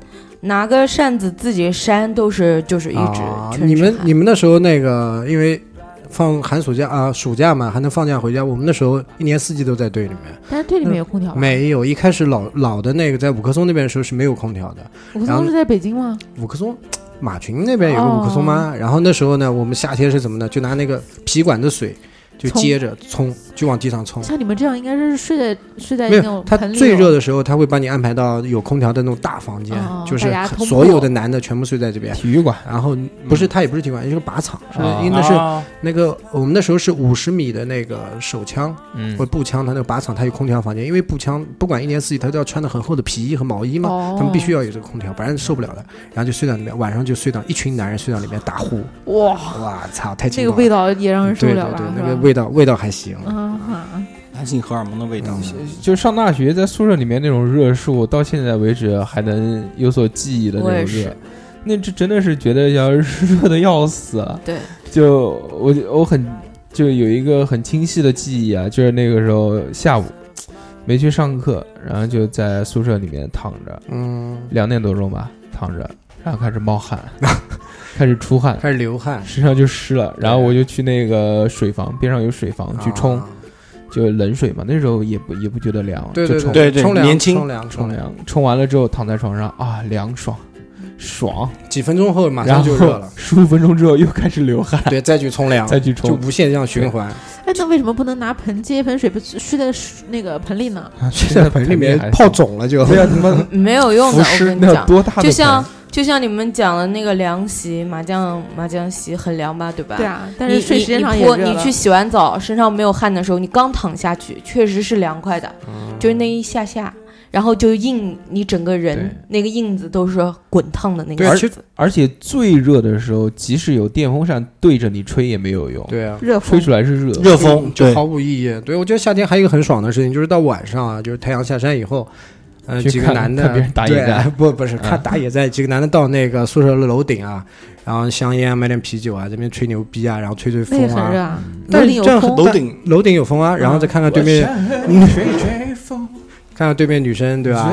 拿个扇子自己扇都是，就是一直啊全是你们汗你们那时候那个因为。放寒暑假啊，暑假嘛，还能放假回家。我们那时候一年四季都在队里面，但是队里面有空调吧？没有。一开始老老的那个在五棵松那边的时候是没有空调的，我们然后当时在北京吗？五棵松马群那边有哦个五棵松嘛。然后那时候呢，我们夏天是怎么呢？就拿那个皮管的水就冲接着冲，就往地上冲。像你们这样应该是睡在睡在没那有种，他盆里最有热的时候，他会把你安排到有空调的那种大房间，哦就是大家通所有铺的男的全部睡在这边。体育馆嗯然后不是，他也不是体育馆，也是个靶场，是啊因为那是啊那个我们那时候是五十米的那个手枪嗯或者步枪，它那个靶场它有空调房间，因为步枪不管一年四季，它都要穿的很厚的皮衣和毛衣嘛，哦他们必须要有这个空调，不然受不了的。然后就睡到里面，晚上就睡到一群男人睡到里面打呼，哦哇，哇操，太那劲个爆味了！嗯道也让人受对不对了吧？对，是那个吧味道味道还行，啊哈，男性荷尔蒙的味道。就上大学在宿舍里面那种热是我到现在为止还能有所记忆的我那也种热是。那这真的是觉得要热的要死啊！对，就我我很就有一个很清晰的记忆啊，就是那个时候下午没去上课，然后就在宿舍里面躺着，嗯，两点多钟吧，躺着，然后开始冒 [laughs] 汗，开始出汗，开始流汗身上就湿了。然后我就去那个水房边上有水房去冲，啊就冷水嘛，那时候也不也不觉得凉，对就对冲对对冲凉年轻冲凉冲，凉，冲完了之后躺在床上啊，凉爽，爽，几分钟后马然上后就热了，十五分钟之后又开始流汗，对，再去冲凉，再去就冲。无限这样循环，哎，那为什么不能拿盆接一盆水，不睡在水那个盆里呢？啊睡在盆 [laughs] 里面泡，肿了就对啊，他 [laughs] 妈没有用的，浮我尸跟你那有讲，多大的就盆？像就像你们讲的那个凉席，麻将麻将席很凉吧，对吧？对啊，但你是睡你时间上你也泼热你了去洗完澡，身上没有汗的时候，你刚躺下去，确实是凉快的，就是那一下下，然后就印你整个人那个印子都是滚烫的那对个啊印其子，而且最热的时候，即使有电风扇对着你吹也没有用，对啊。热吹风出来是热。热风就对毫无意义。对我觉得夏天还有一个很爽的事情，就是到晚上啊，就是太阳下山以后，呃，去几个看男看别的人打野对战，不不是嗯看打野战，几个男的到那个宿舍的楼顶啊，然后香烟啊，买点啤酒啊，这边吹牛逼啊，然后吹吹那也风很热啊，啊，但楼是顶有这样很风楼顶楼顶有风啊，然后再看看对面，嗯吹吹风， [laughs] 看看对面女生对吧？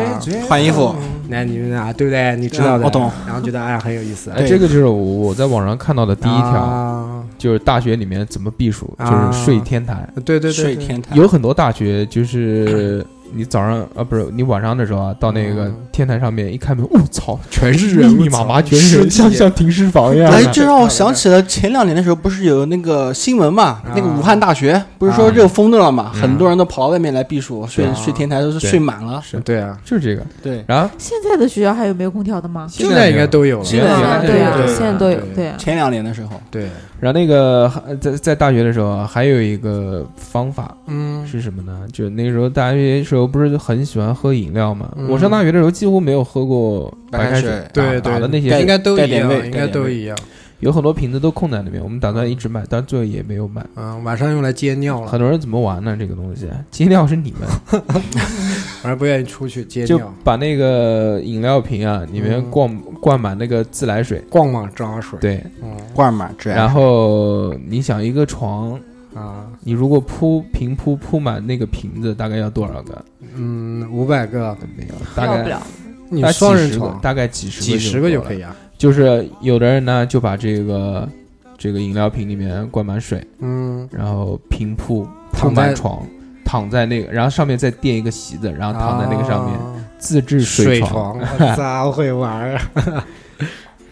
换衣服，男女生啊，对不对？你知道的，嗯我懂。然后觉得哎呀很有意思啊，哎，对这个就是我我在网上看到的第一条，啊就是大学里面怎么避暑，就啊是睡天台。对对对睡对，天台有很多大学 [coughs] 就是你早上啊，不是你晚上的时候啊，到那个嗯天台上面一开门，我操，全是密人，密我操麻麻全是人，尸体像 [laughs] 像停尸房一样哎，的。这让我想起了前两年的时候，不是有那个新闻嘛？那个武汉大学不是说热风的了嘛？嗯很多人都跑到外面来避暑，啊睡睡天台都是对睡满了。是对啊，就是这个，对，然后现在的学校还有没有空调的吗？现在应该都有了，现在啊原来对那啊个，对现在都有。对啊，前两年的时候，对，然后那个呃在在大学的时候啊，还有一个方法嗯是什么呢？就那时候大学时候候不是很喜欢喝饮料嘛，嗯我上大学的时候几乎没有喝过白开水，水对打对的那盖些应该都盖一点样，位应该盖点都位一样。有很多瓶子都空在那边，我们打算一直买，但最后也没有买。嗯，晚上用来接尿嗯了，很多人怎么玩呢？这个东西， [laughs] 尽量是 [laughs] 你们晚上不愿意出去接就尿，把那个饮料瓶啊里面嗯灌灌满那个自来水，逛网抓水。，对，嗯罐满之然后你想一个床，啊，你如果铺平铺铺满那个瓶子，大概要多少个？嗯，五百个，没有，大要不概了。你大概双人几十个床大概几十几十个就就够了可以啊。就是有的人呢，就把这个这个饮料瓶里面灌满水，嗯，然后平铺躺躺满在床，躺在那个，然后上面再垫一个席子，然后躺在那个上面、啊自制水床，床，我操，会玩啊！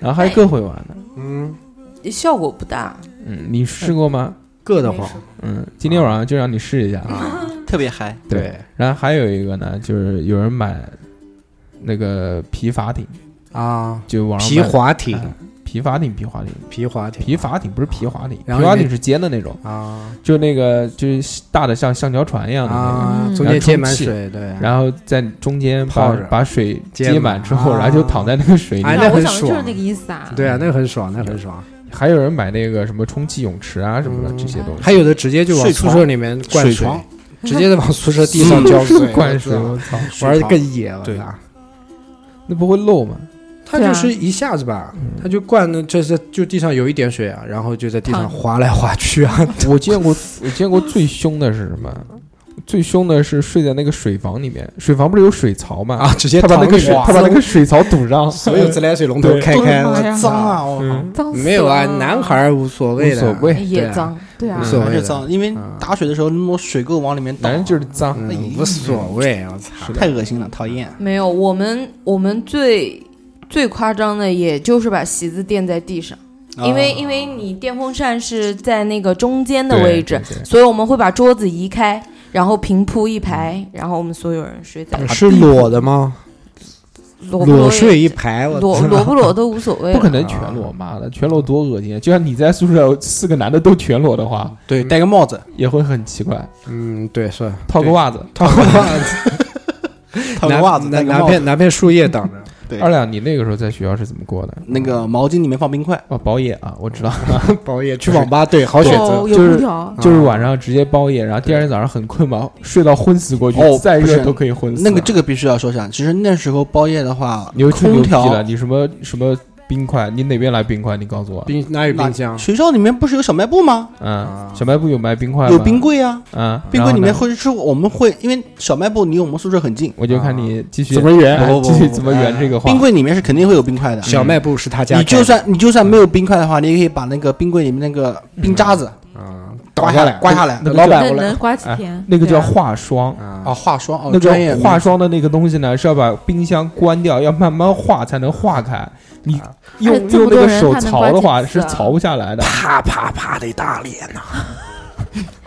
然后还更会玩呢。嗯，效果不大。嗯，你试过吗？硌得没慌事。嗯，今天晚上就让你试一下。啊。特别嗨，对，然后还有一个呢，就是有人买那个皮筏艇，啊，就网上皮买的划艇，哎皮筏艇，皮筏艇，皮划艇，皮筏艇不是皮划艇，皮然后里面划艇是尖的那种，啊就那个就是大的像橡胶船一样的那个。啊，嗯中间接满水，对，然后在中间把泡着把水接接满满之后，啊然后就躺在那个水里。哎啊那我很想的就是爽那个意思啊。对啊，那个很爽，那个很爽。还有人买那个什么充气泳池啊什么的嗯这些东西，还有的直接就往睡宿床舍里面灌水床直接就往宿舍地上浇水，灌水，我我操，操玩的更更野了。对那不会漏吗？他对就啊是一下子吧，他就灌的，这是就地上有一点水啊，然后就在地上躺滑来滑去啊。我见过，我见过最凶的是什么？最凶的是睡在那个水房里面，水房不是有水槽吗？啊，直接他把那个躺水，哇他把那个水槽堵上， [laughs] 所有自来水龙头对开开，我哎呀操脏啊！！我嗯，脏死了没有啊，男孩儿无所无谓的，所谓，对也啊脏，对啊无，所谓还的是脏，因为打水的时候那么多水垢往里面倒，男啊人就是脏，嗯无所谓，我操，太恶心了，讨厌。没有。我们我们最最夸张的，也就是把席子垫在地上，因为因为你电风扇是在那个中间的啊对位置，，对对所以我们会把桌子移开，然后平铺一排，然后我们所有人睡嗯在啊是裸的吗？裸不裸裸睡也一排，我裸操裸不裸都无所谓不可了。能全裸，妈的，全裸多恶心！就像你在宿舍四个男的都全裸的话，对，戴个帽子，也会很奇怪。嗯，对，是套个袜子，套个袜子，套个袜子，拿戴个拿拿帽子，片拿片树叶挡 [laughs] 着，对二两，你那个时候在学校是怎么过的？那个毛巾里面放冰块，哦，包夜啊，我知道，包夜去网吧，对，好选择哦有。有就是空调，就是晚嗯上直接包夜，然后第二天早上很困嘛，睡到昏死过去，哦再不是热都可以昏死。那个这个必须要说一下，其实那时候包夜的话你又，吹牛空逼了，调你什么什么冰块，你哪边来冰块？你告诉我。冰哪有冰箱？学校里面不是有小卖部吗？嗯，小卖部有卖冰块吗？啊有冰，柜啊，嗯，冰柜里面然后呢，会吃，我们会因为小卖部离我们宿舍很近，我就看你继续怎么圆哎啊不不继续不不怎么圆这个话。冰柜里面是肯定会有冰块的。嗯小卖部是他家开你的，就算你就算没有冰块的话，你也可以把那个冰柜里面那个冰渣子啊刮倒下下来，刮下来那个老板那我来哎能刮几天？那个对叫啊化霜，啊，啊，化霜哦，那专业个化霜的那个东西呢，是要把冰箱关掉，要慢慢化才能化开。你啊用哎这用么那多个人手他能刨的刮话几次是啊刨不下来的。啪啪啪的一大脸呐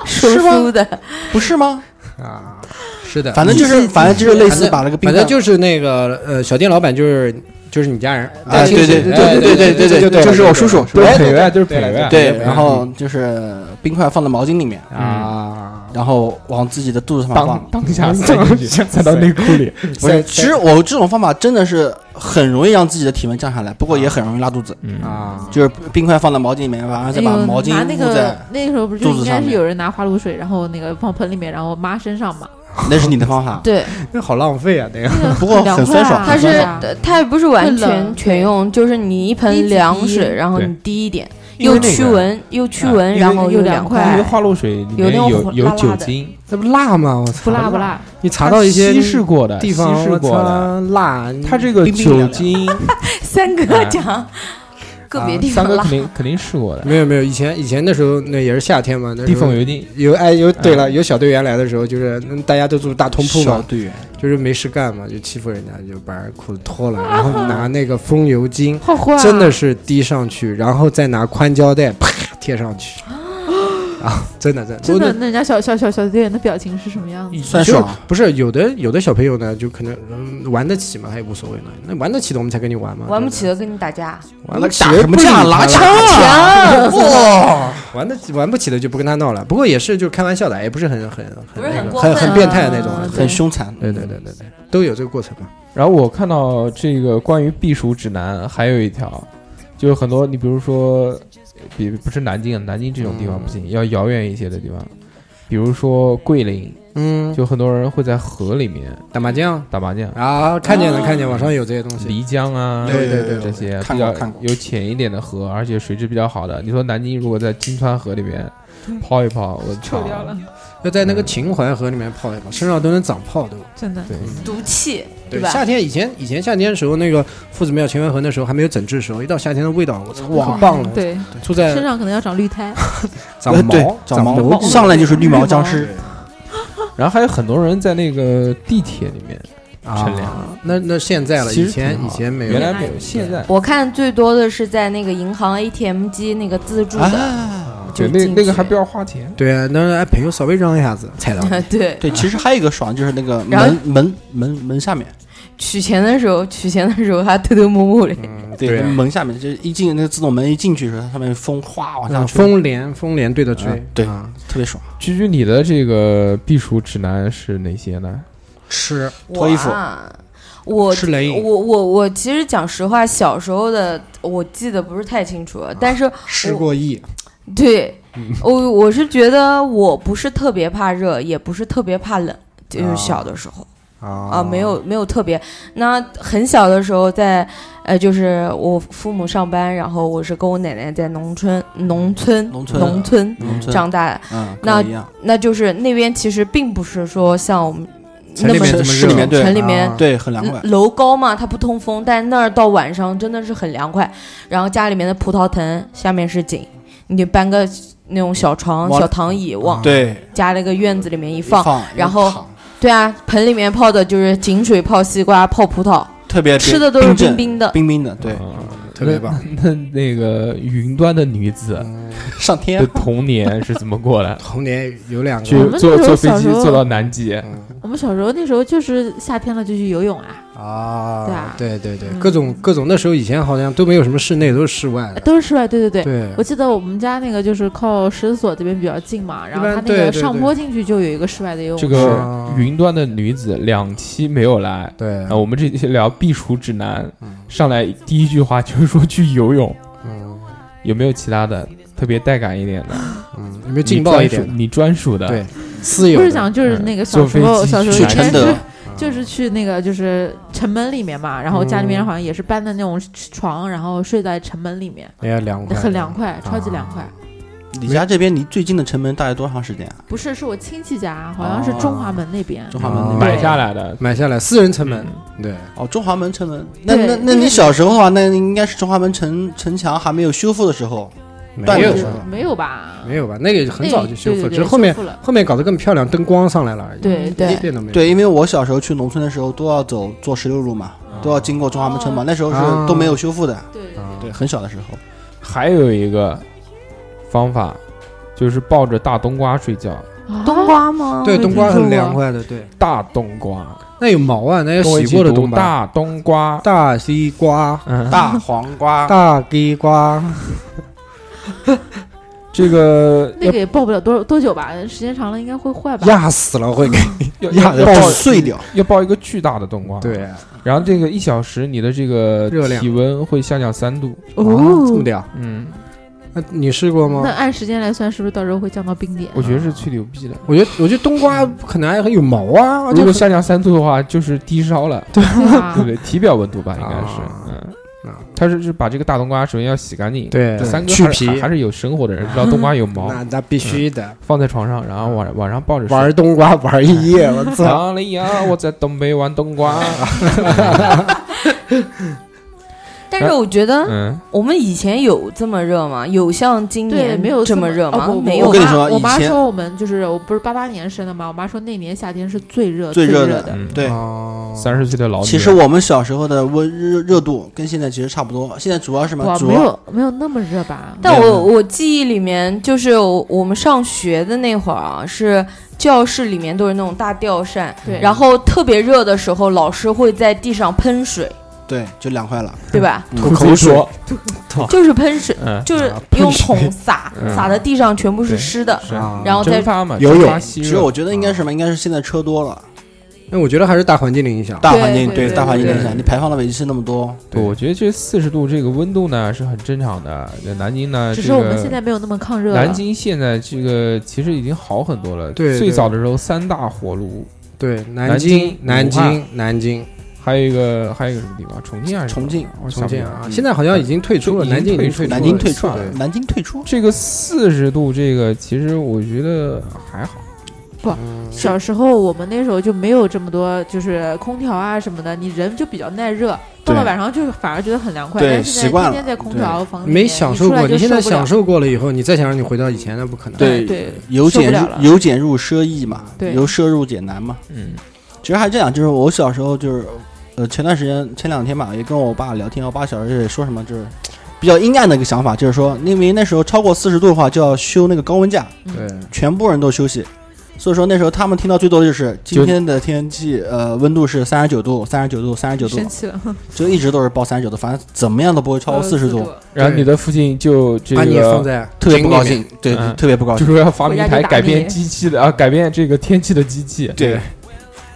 收是吗缩的，不是吗？啊，是的，反正就是反正就是类似把那个冰反块正就是那个呃，小店老板就是就是你家人，啊哎对对对对对对对对，就是我叔叔，是都吧是北对对岳，都是对北对岳。对，然后就是冰块放到毛巾里面，啊，然后往自己的肚子上当放。当嗯下塞进去，塞到内裤里。不是，其实我这种方法真的是很容易让自己的体温降下来，不过也很容易拉肚子。嗯，啊，就是冰块放到毛巾里面，然后再把哎呦毛巾拿那捂在个，那个时候不是肚就子应上该是面有人拿花露水，然后那个放盆里面，然后抹身 [laughs] 上嘛。那是你的方法。对，那好浪费啊，那个那个不过凉很快酸爽啊它是很啊呃它也不是完会冷全全用，就是你一滴盆几凉滴水，然后对你滴一点，因为又那个驱蚊，又驱啊蚊，因然为后又又凉凉快因为 [laughs] 快。化露水里有面那种有火有辣辣酒的精，这不辣吗？我操，不辣不？辣，你查到一些稀释过的地方稀释过的。我操辣，它这个冰冰酒凉凉精，三哎 [laughs] 哥讲，个别地三方哥辣肯，定肯定试过的。没有没有，以前以前那时候那也是夏天嘛，那时地候缝油精，有哎有对了，有小队员来的时候，就是嗯大家都住大 [laughs] 通铺嘛，队 [laughs] 员，就是没事干嘛，就欺负人家，就把人裤子脱了，然后拿那个风油精，好坏啊真的是滴上去，然后再拿宽胶带啪贴上去。啊，真的真的，真我的，就那人家小小小小队员的表情是什么样子？算就是爽不是有的有的小朋友呢，就可能、嗯、玩得起嘛，他也无所谓了。那玩得起的我们才跟你玩嘛，玩不对起的跟你打架，对，玩不起打什么架？拉枪啊！ [laughs] 哇，玩得玩不起的就不跟他闹了。不过也是就开玩笑的，也不是很很不是很很那个过很分很变态的那种。啊很凶残。对对对对对，都有这个过程嘛。然后我看到这个关于避暑指南还有一条，就是很多你比如说，比不是南京啊，南京这种地方不行，要遥远一些的地方，比如说桂林，嗯，就很多人会在河里面打麻将打麻将，啊，看见了看见，网上有这些东西。漓江啊，对对对这些看比过较看过有浅一点的河，而且水质比较好的。你说南京如果在金川河里面泡一泡，我操，要在那个秦淮河里面泡一泡，身上都能长泡都。真的，对，毒气，对，吧？夏天以前以前夏天的时候，那个夫子庙秦淮河那时候还没有整治的时候，一到夏天的味道，我操，可棒嗯了！，对，住在身上可能要长 [laughs] 绿苔，长呃对毛，长毛毛，上来就是绿毛僵尸。然后还有很多人在那个地铁里面，乘凉啊。那那现在了，其以实前挺以好前没有，原来没有，现在我看最多的是在那个银行 ATM 机那个自助的，啊，就对那进那个去还不要花钱。对啊，那哎，朋友稍微让一下子，踩到了 [laughs] 对，对，其实还有一个爽就是那个然后门门门门下面，取钱的时候，取钱的时候还偷偷摸 [laughs] 摸的，对啊门下面就是一进那个自动门一进去的时候，上面风哗往下嗯吹，风帘风帘对着吹啊，对啊特别爽。居居，你的这个避暑指南是哪些呢？吃脱衣服哇啊我吃雷我我我其实讲实话，小时候的我记得不是太清楚，但 [laughs] 是吃过亿，对我我是觉得我不是特别怕热，也不是特别怕冷，就是啊小的时候啊啊，没有没有特别。那很小的时候在呃，就是我父母上班，然后我是跟我奶奶在农村农村啊农村农村嗯农村长大的，嗯，跟那我一样，那就是那边其实并不是说像我们城那里么面这是么市热里面对城里面啊对，很凉快。楼高嘛，它不通风，但那儿到晚上真的是很凉快。然后家里面的葡萄藤下面是井，你就搬个那种小床、往小躺椅往对，家那个院子里面一一嗯放。放然后一躺对啊，盆里面泡的就是井水泡西瓜、泡葡萄，特别吃的都是冰镇冰的。冰冰的，对，啊特别棒。？那那那个云端的女哎子 [laughs] 上天的童年是怎么过 [laughs] 来童年有两去个我们坐那时坐候飞小机时候坐到南极，我们小时候那时候就是夏天了就去游泳啊，对啊啊，对对对，嗯各种各种，那时候以前好像都没有什么室内，都是室外的。都是室外，对对对。对我，记得我们家那个就是靠石子所这边比较近嘛，然后一它般那对对个对上坡进去就有一个室外的游这泳，个是啊云端的女子两期没有来。对啊，，我们这期聊避暑指南，上来第一句话就是说去游泳，嗯有没有其他的特别带感一点的、嗯，有没有劲爆一你点专的属？你专属的？对，私有不的嗯是讲就是那嗯个坐小时飞候机小时候去去应该承是德，就是去那个就是城门里面嘛，然后家里面好像也是搬的那种床，然后睡在城门里面，哎呀，凉快，很 [laughs] 凉快，超级啊凉快。你家这边离最近的城门大概多长时间啊？不是，是我亲戚家，好像是哦中华门那边。中华门那边啊买下来的。买下来私人成本嗯，对，哦，中华门城门。那对那那你小时候的话，那应该是中华门城城墙还没有修复的时候。没断有了什是么没有吧？没有吧？那个很早就修那复，对对只是对后面修复了后面搞得更漂亮，灯光上来了而已。对对一点都没有。对，因为我小时候去农村的时候，都要走坐十六路嘛，都要经过中华门哦城嘛，那时候啊是都没有修复的。对对啊，对，很小的时候，还有一个方法，就是抱着大冬瓜睡觉。啊冬瓜吗？对，没冬瓜听很说过凉快的，对。大冬瓜，那有毛啊，那有跟我一洗起过的读冬瓜，大冬瓜，大西瓜、 [laughs] 嗯，大黄瓜，大地瓜，这个那个也抱不了多多久吧，时间长了应该会坏吧。压死了会给。要压要得要爆抱碎掉。要抱一个巨大的冬瓜，。对，然后这个一小时，你的这个热量体温会下降三度，啊这么屌？嗯，那你试过哦那吗？按时间来算，是不是到时候会降到冰点？啊我觉得是吹牛逼的。我觉得，我觉得冬瓜可能还很有毛啊，如就果是下降三度的话，就是低烧了，对对吧不？对？体表温度吧，应该是啊，嗯啊，他是是把这个大冬瓜首先要洗干净，对三哥去还是还皮还，是有生活的人知道冬瓜有毛， [laughs] 嗯那那必须的，放在床上，然后晚晚上抱着睡玩冬瓜玩一夜，我啊操！哪 [laughs] 里呀？我在东北玩冬瓜。但是我觉得嗯，我们以前有这么热吗？有像今对，年没有这么么热吗？哦、不没我有跟吧你说妈我妈以前说我们就是我不是八八年生的嘛，我妈说那年夏天是最热最热热的的。嗯对，哦三十岁的老女人，其实我们小时候的温热热度跟现在其实差不多，现在主要是什么？哇，主没要有没有那么热吧？但没有我嗯我记忆里面，就是我我们上学的那会儿啊，是教室里面都是那种大吊扇，对，然后特别热的时候，老师会在地上喷水，对，就凉快了。嗯对吧？吐口口水水，就是喷水，嗯，就是嗯哦啊用喷水桶洒，嗯洒的地上全部是对湿的。是啊然后再蒸发嘛，游蒸泳发吸其热实我觉得应该是什么？应该是现在车多了，那哎我觉得还是大环境的影响。大环境对对大环境对影响，对你排放了尾气那么多，对，我觉得这四十度这个温度呢是很正常的。那南京呃呢，只这是个我们现在没有那么抗热了。南京现在这个其实已经好很多了。对最对早的时候三大火炉，对，南南京京，南武汉京，南京，还有一个还有一个什么地方？重庆还是哦重庆什么我想重不起庆来了啊，现在好像已经退出了，已经南京已经退出退出了，南京退出是了，的南京退出。这个四十度，这个其实我觉得还好。嗯小时候我们那时候就没有这么多，就是空调啊什么的，你人就比较耐热，到对了晚上就反而觉得很凉快。对但是现习在惯天了天在空调房里面，没享受你出来过，就你现在享受受过了以后，你再想让你回到以前，那不可能。不了对哎对由受不俭了入了由俭入奢易嘛，对由奢入俭难嘛。嗯，其实还这样，就是我小时候就是，呃，前段时间前两天吧，也跟我爸聊天，我爸小时候也说什么就是比较阴暗的一个想法，就是说，因为那时候超过四十度的话就要休那个高温假，对，全部人都休息。所以说那时候他们听到最多的就是今天的天气，呃，温度是三十九度，三十九度，三十九度生，气了，就一直都是报三十九度，反正怎么样都不会超过四十度，然后你的父亲就这把你放个。在特别不高井里兴，对，嗯特别不高就兴。说要发明一回家台就打改变你机器的啊，改变这个天气的机器。对，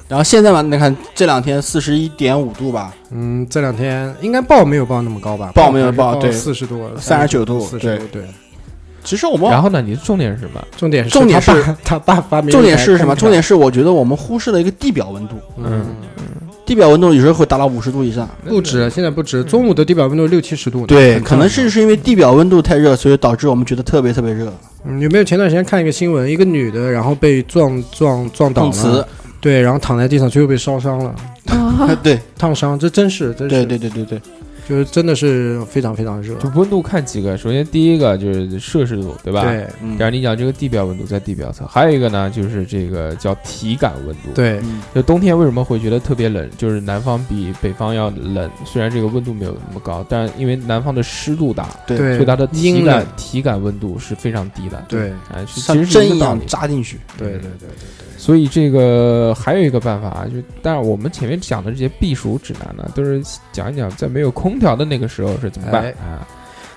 然后现在嘛，你看这两天四十一点五度吧，面。嗯，这两天应该报没有报那么高吧？报没有报对四十多， 39度四十对多。对，其实我们然后呢，你的重点是什么？重点是重点他是爸他爸发明，重点是什么？重点是我觉得我们忽视了一个地表温度，嗯，地表温度有时候会达到五十度以上。不止，现在不止，中午的地表温度六七十度呢。对，很可能正是是因为地表温度太热，所以导致我们觉得特别特别热。嗯有没有前段时间看一个新闻，一个女的然后被撞撞撞倒碰瓷了，，对，然后躺在地上，最后被烧伤了，对烫伤，这真是真是对对对对对，就是真的是非常非常热，就温度看几个，首先第一个就是摄氏度，对吧？。对嗯然后你讲这个地表温度在地表层，还有一个呢，就是这个叫体感温度。，对嗯就冬天为什么会觉得特别冷？就是南方比北方要冷，虽然这个温度没有那么高，但因为南方的湿度大，对对所以它的体阴感冷，体感温度是非常低的。，对哎，是其像实是一针个一道样理。扎进去。对对对对，所以这个还有一个办法啊，就但是我们前面讲的这些避暑指南呢，都是讲一讲在没有空调的那个时候是怎么办哎啊。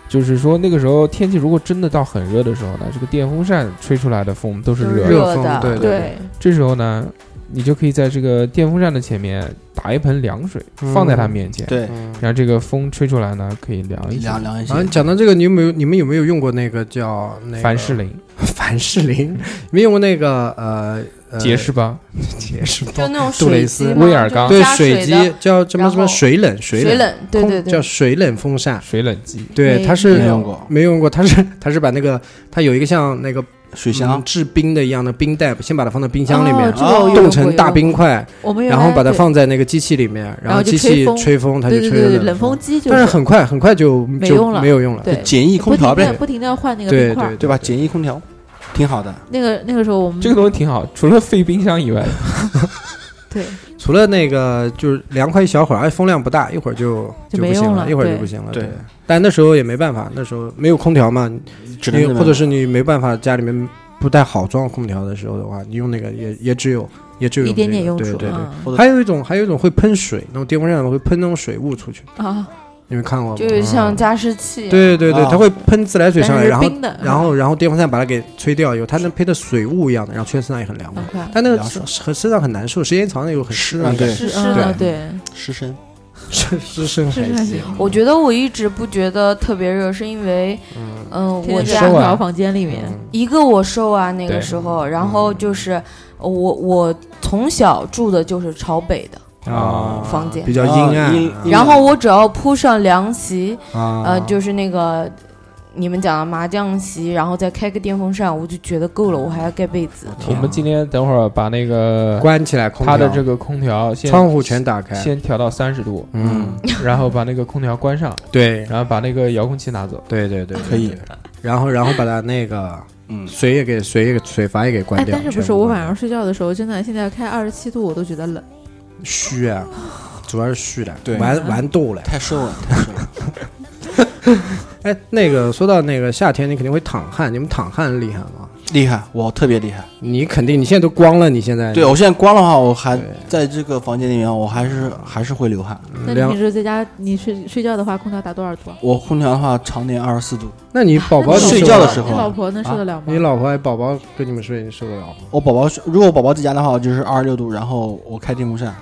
就是说那个时候天气如果真的到很热的时候呢，这个电风扇吹出来的风都是都是热的。热热的风，对对，这时候呢，你就可以在这个电风扇的前面打一盆凉水，嗯放在它面前，对，嗯然后这个风吹出来呢，可以凉一下凉。凉一些好。像讲到这个，你有没有你们有没有用过那个叫那个凡士林，凡士林？ [laughs] 没用过那个呃呃杰士邦，杰士就邦那种杜水蕾机斯嘛威尔刚就是对加水机的叫什么什然后么水冷水水冷，对对空叫对，水冷风扇。水冷机，对，没它没是用过没用过，它是它是把那个它有一个像那个水箱嗯，制冰的一样的冰袋，先把它放到冰箱里面哦，啊这个我有冻用过成大，冰块，有用过我们原然来后把它放在那个机器里面，然后就机器吹风吹风，它对就对对吹对了对冷风。机，就但是很快很快就没就用了没有用了。对简易空不调停的呗，不停的换那个冰对块对儿。对吧？简易空调，挺好的。那个那个时候我们这个东西挺好，除了废冰箱以外，嗯对除了那个就是凉快一小会儿，哎，风量不大，一会儿就就不没行用了，了一会儿就对不行了。对，但那时候也没办法，那时候没有空调嘛，只能你这么或者是你没办法家里面不太好装空调的时候的话，你用那个也也只有也只有一用点这点个用对处对对。嗯对还有一种，还有一种会喷水，那种电风扇会喷那种水雾出去，啊，你们看过吗？就是像加湿器，哦对对对，啊它会喷自来水但上来，是是然后冰的，然后然后电风扇把它给吹掉以后，它能喷的水雾一样的，然后吹身上也很凉快很。快但那个凉爽很身上很难受，时间长了又很湿啊啊，，对，湿湿的，对，湿身 [laughs] 湿湿身湿还还行行。我觉得我一直不觉得特别热，是因为，嗯嗯，我天天在收空啊调房间里面，一个我瘦啊，那对个时候，然后就是我我从小住的就是朝北的，啊，房间比较啊阴暗阴啊阴然后我只要铺上凉席，呃啊，呃，就是那个你们讲的麻将席，然后再开个电风扇，我就觉得够了，我还要盖被子。我们今天等会儿把那个关起来空调，它的这个空调先窗户全打开。先调到三十度，嗯， [laughs] 然后把那个空调关上，对然后把那个遥控器拿走。对对对，可以对。然后然后把它那个嗯，水也给水也给水阀也给关哎，掉。但是不全是部我关晚上睡觉的时候，真的现在开二十七度我都觉得冷。掉虚啊，主要是虚的，对玩玩逗了。太瘦 [laughs] 了，太瘦了。哎，那个说到那个夏天，你肯定会淌汗，你们淌汗厉害吗？厉害，哎我特别厉害。你肯定，你现在都光了，你现在对我哦现在光的话，我还对在这个房间里面，我还是还是会流汗。那嗯你两平时在家你睡睡觉的话，空调打多少度啊？我空调的话，常年二十四度。那你宝宝你睡受觉得的了时候你啊老婆能受得了吗？你老婆还宝宝跟你们睡，你受得了吗？我宝宝睡如果我宝宝在家的话，我就是二十六度，然后我开电风扇，啊，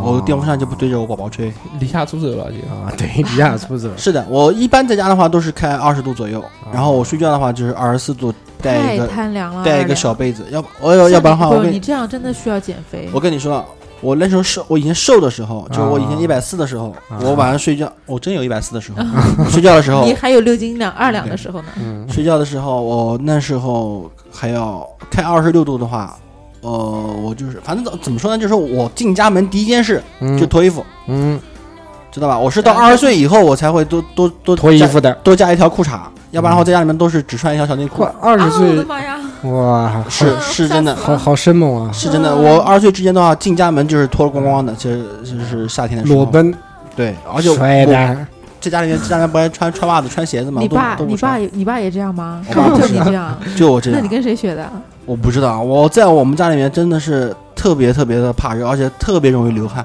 我哦电风扇就不对着我宝宝吹。离家出走了就。啊，对，一下出走。是的，我一般在家的话都是开二十度左右，然后我睡觉的话就是二十四度，带太一个贪凉啊了，带一二个两小被子，要不我要要不然的话，我不，跟你这样真的需要减肥。我跟你说，啊我那时候瘦，我以前瘦的时候，就是我以前啊一百四的时候，啊我晚上睡觉，我真有一百四的 [laughs] 时候，睡觉的时候你，还有六斤两二两的时候呢，嗯，睡觉的时候，我那时候还要开二十六度的话，呃，我就是反正怎怎么说呢，就是我进家门第一件事就脱衣服，嗯，知道吧？我是到嗯二十岁以后，我才会多多多脱衣加服嗯的。多加一条裤衩，要不然的话在家里面都是只穿一条小内裤快。二十啊，我的岁，妈呀！哇，是是 [laughs] 真的，好好生猛啊！是真嗯的。我二十岁之前的话，进家门就是脱了光光的，这这是夏天的时候。裸奔，对，而且我帅的，在家里面，在家里面不爱穿穿袜子、穿鞋子嘛，你都爸，都你不爸穿。也，你爸也这样吗？ [laughs] 我爸不啊就是你这样，就我这那你样，跟谁学的？啊我不知道。我在我们家里面真的是特别特别的怕热，而且特别容易流汗。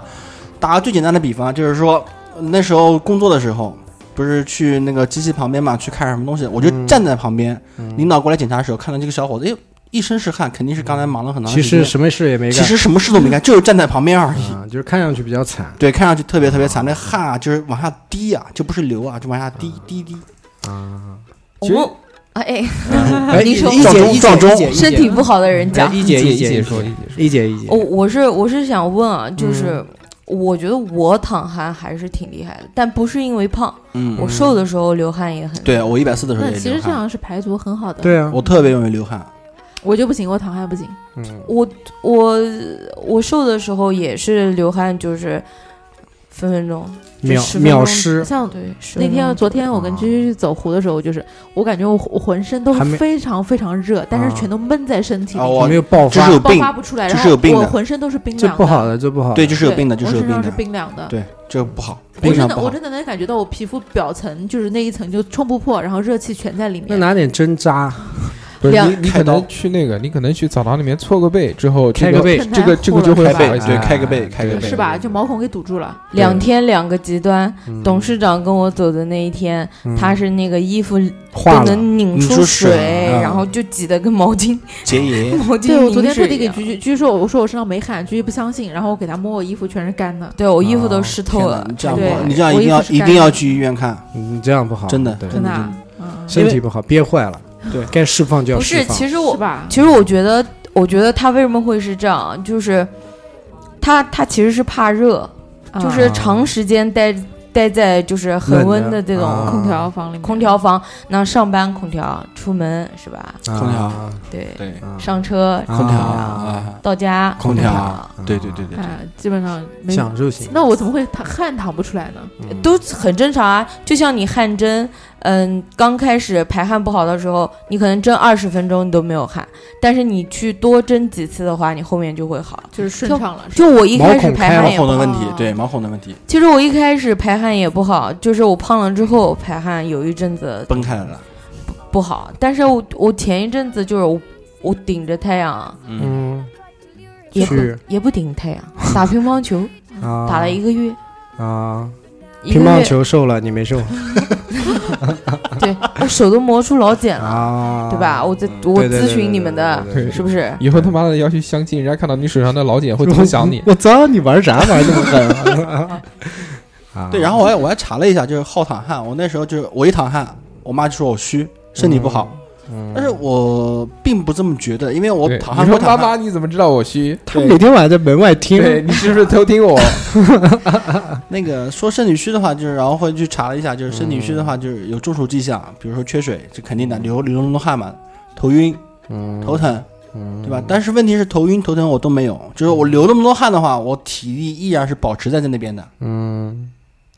打个最简单的比方，就是说那时候工作的时候，不是去那个机器旁边嘛，去看什么东西，我就嗯站在旁边，嗯领导过来检查的时候，看到这个小伙子，哎呦，一身是汗，肯定是刚才忙了很长其时间。实什么事也没干，其实什么事都没干，就是站在旁边而已。啊，就是看上去比较惨对，看上去特别特别惨，那汗啊就是往下滴啊，就不是流啊，就往下滴滴滴。啊。其实哦，哎，哎，你说一撞姐钟一撞姐钟一姐，身体不哦好的人讲哎，一姐一一姐姐说，一一姐说，一姐一姐我、我是我是想问啊，就是我觉得我淌汗还是挺厉害的，但不是因为胖，嗯我瘦的时候流汗也很。对我一百四的时候那也其流实这汗，样是哦排毒很好的。，对啊，我特别容易流汗。我就不行，我淌汗不行。嗯我我我瘦的时候也是流汗，就是分分钟。秒10分钟秒失，像对，10那分天钟昨天我跟居居去走湖的时候，就是我感觉我我浑身都还没非常非常热，但是全都闷在身体啊里，我有没有爆这发是，有爆病，发不出来，这然是有后病的我浑身都是冰这凉不好的，这不好的。对，这是有病的，这我有身病上是的，冰凉的。对，这个不好，我非真常的，不我好。真的能感觉到我皮肤表层就是那一层就冲不破，然后热气全在里那面。拿点针扎，不是两你，你开可刀能去那个，你可能去澡堂里面搓个背之后，这开个背，这个这个就会开好背，一对，些。开个背，开个对背是。吧？就毛孔给堵住了。两天两个极端，嗯董事长跟我走的那一天，嗯他是那个衣服化都了，能拧拧出出水嗯然后就挤得跟毛 [laughs] 巾 [laughs] 结爷毛巾对，我昨拧天水特地一给样菊菊，菊菊说我说我身上没汗，菊菊不相信，然后我给她摸我衣服全是干的。对我衣服都湿天透哪了，你这样对不好，你这样我一定衣服要是一干定要的去医院看。你嗯这样不好，真的对真的啊，身体不好，憋坏了，对该释放就要不释是，放。其实嗯我是吧？其实我觉得，我觉得他为什么会是这样，就是他他其实是怕热，啊就是长时间待待在就是恒温的这种冷的啊空调房里面，空调房，那上班空调，出门是吧？啊空调啊对，对上车啊空调啊啊，到家空调，调，对对对对对，哎，基本上没。享受型。那我怎么会淌汗淌不出来呢？嗯都很正常啊。就像你汗蒸，嗯，刚开始排汗不好的时候，你可能蒸二十分钟你都没有汗，但是你去多蒸几次的话，你后面就会好。就是顺畅了，就我一毛开始孔开排了汗毛也孔不的好问题，对毛孔的问题其实我一开始排汗也不好，就是我胖了之后排汗有一阵子崩开来了。不好，但是我我前一阵子就是我我顶着太阳，嗯，嗯也不是也不顶太阳，打乒乓球啊，打了一个月，啊，一个乒乓月球瘦了，你 [laughs] 没瘦对我哦手都磨出老茧了，啊？对吧？我在对？我对咨询你们的，，对对对对对？是不是？以后他妈的要去相亲，人家看到你手上的老茧会怎么想你 [laughs] 我操，你玩啥玩这么狠 [laughs] 啊？对。然后我还我还查了一下，就是好淌汗。我那时候就是我一淌汗，我妈就说我虚，身体不好。嗯但是我并不这么觉得，因为我对好你像说我妈妈，你怎么知道我虚？他每天晚上在门外听，对你是不是偷 [laughs] 听我？那个说肾女虚的话，就是然后会去查了一下，就是肾女嗯虚的话，就是有中暑迹象，比如说缺水，这肯定的，流流动的汗嘛，头晕、嗯头疼，对吧？但是问题是头晕头疼我都没有，就是我流那么多汗的话，我体力依然是保持在那边的。嗯，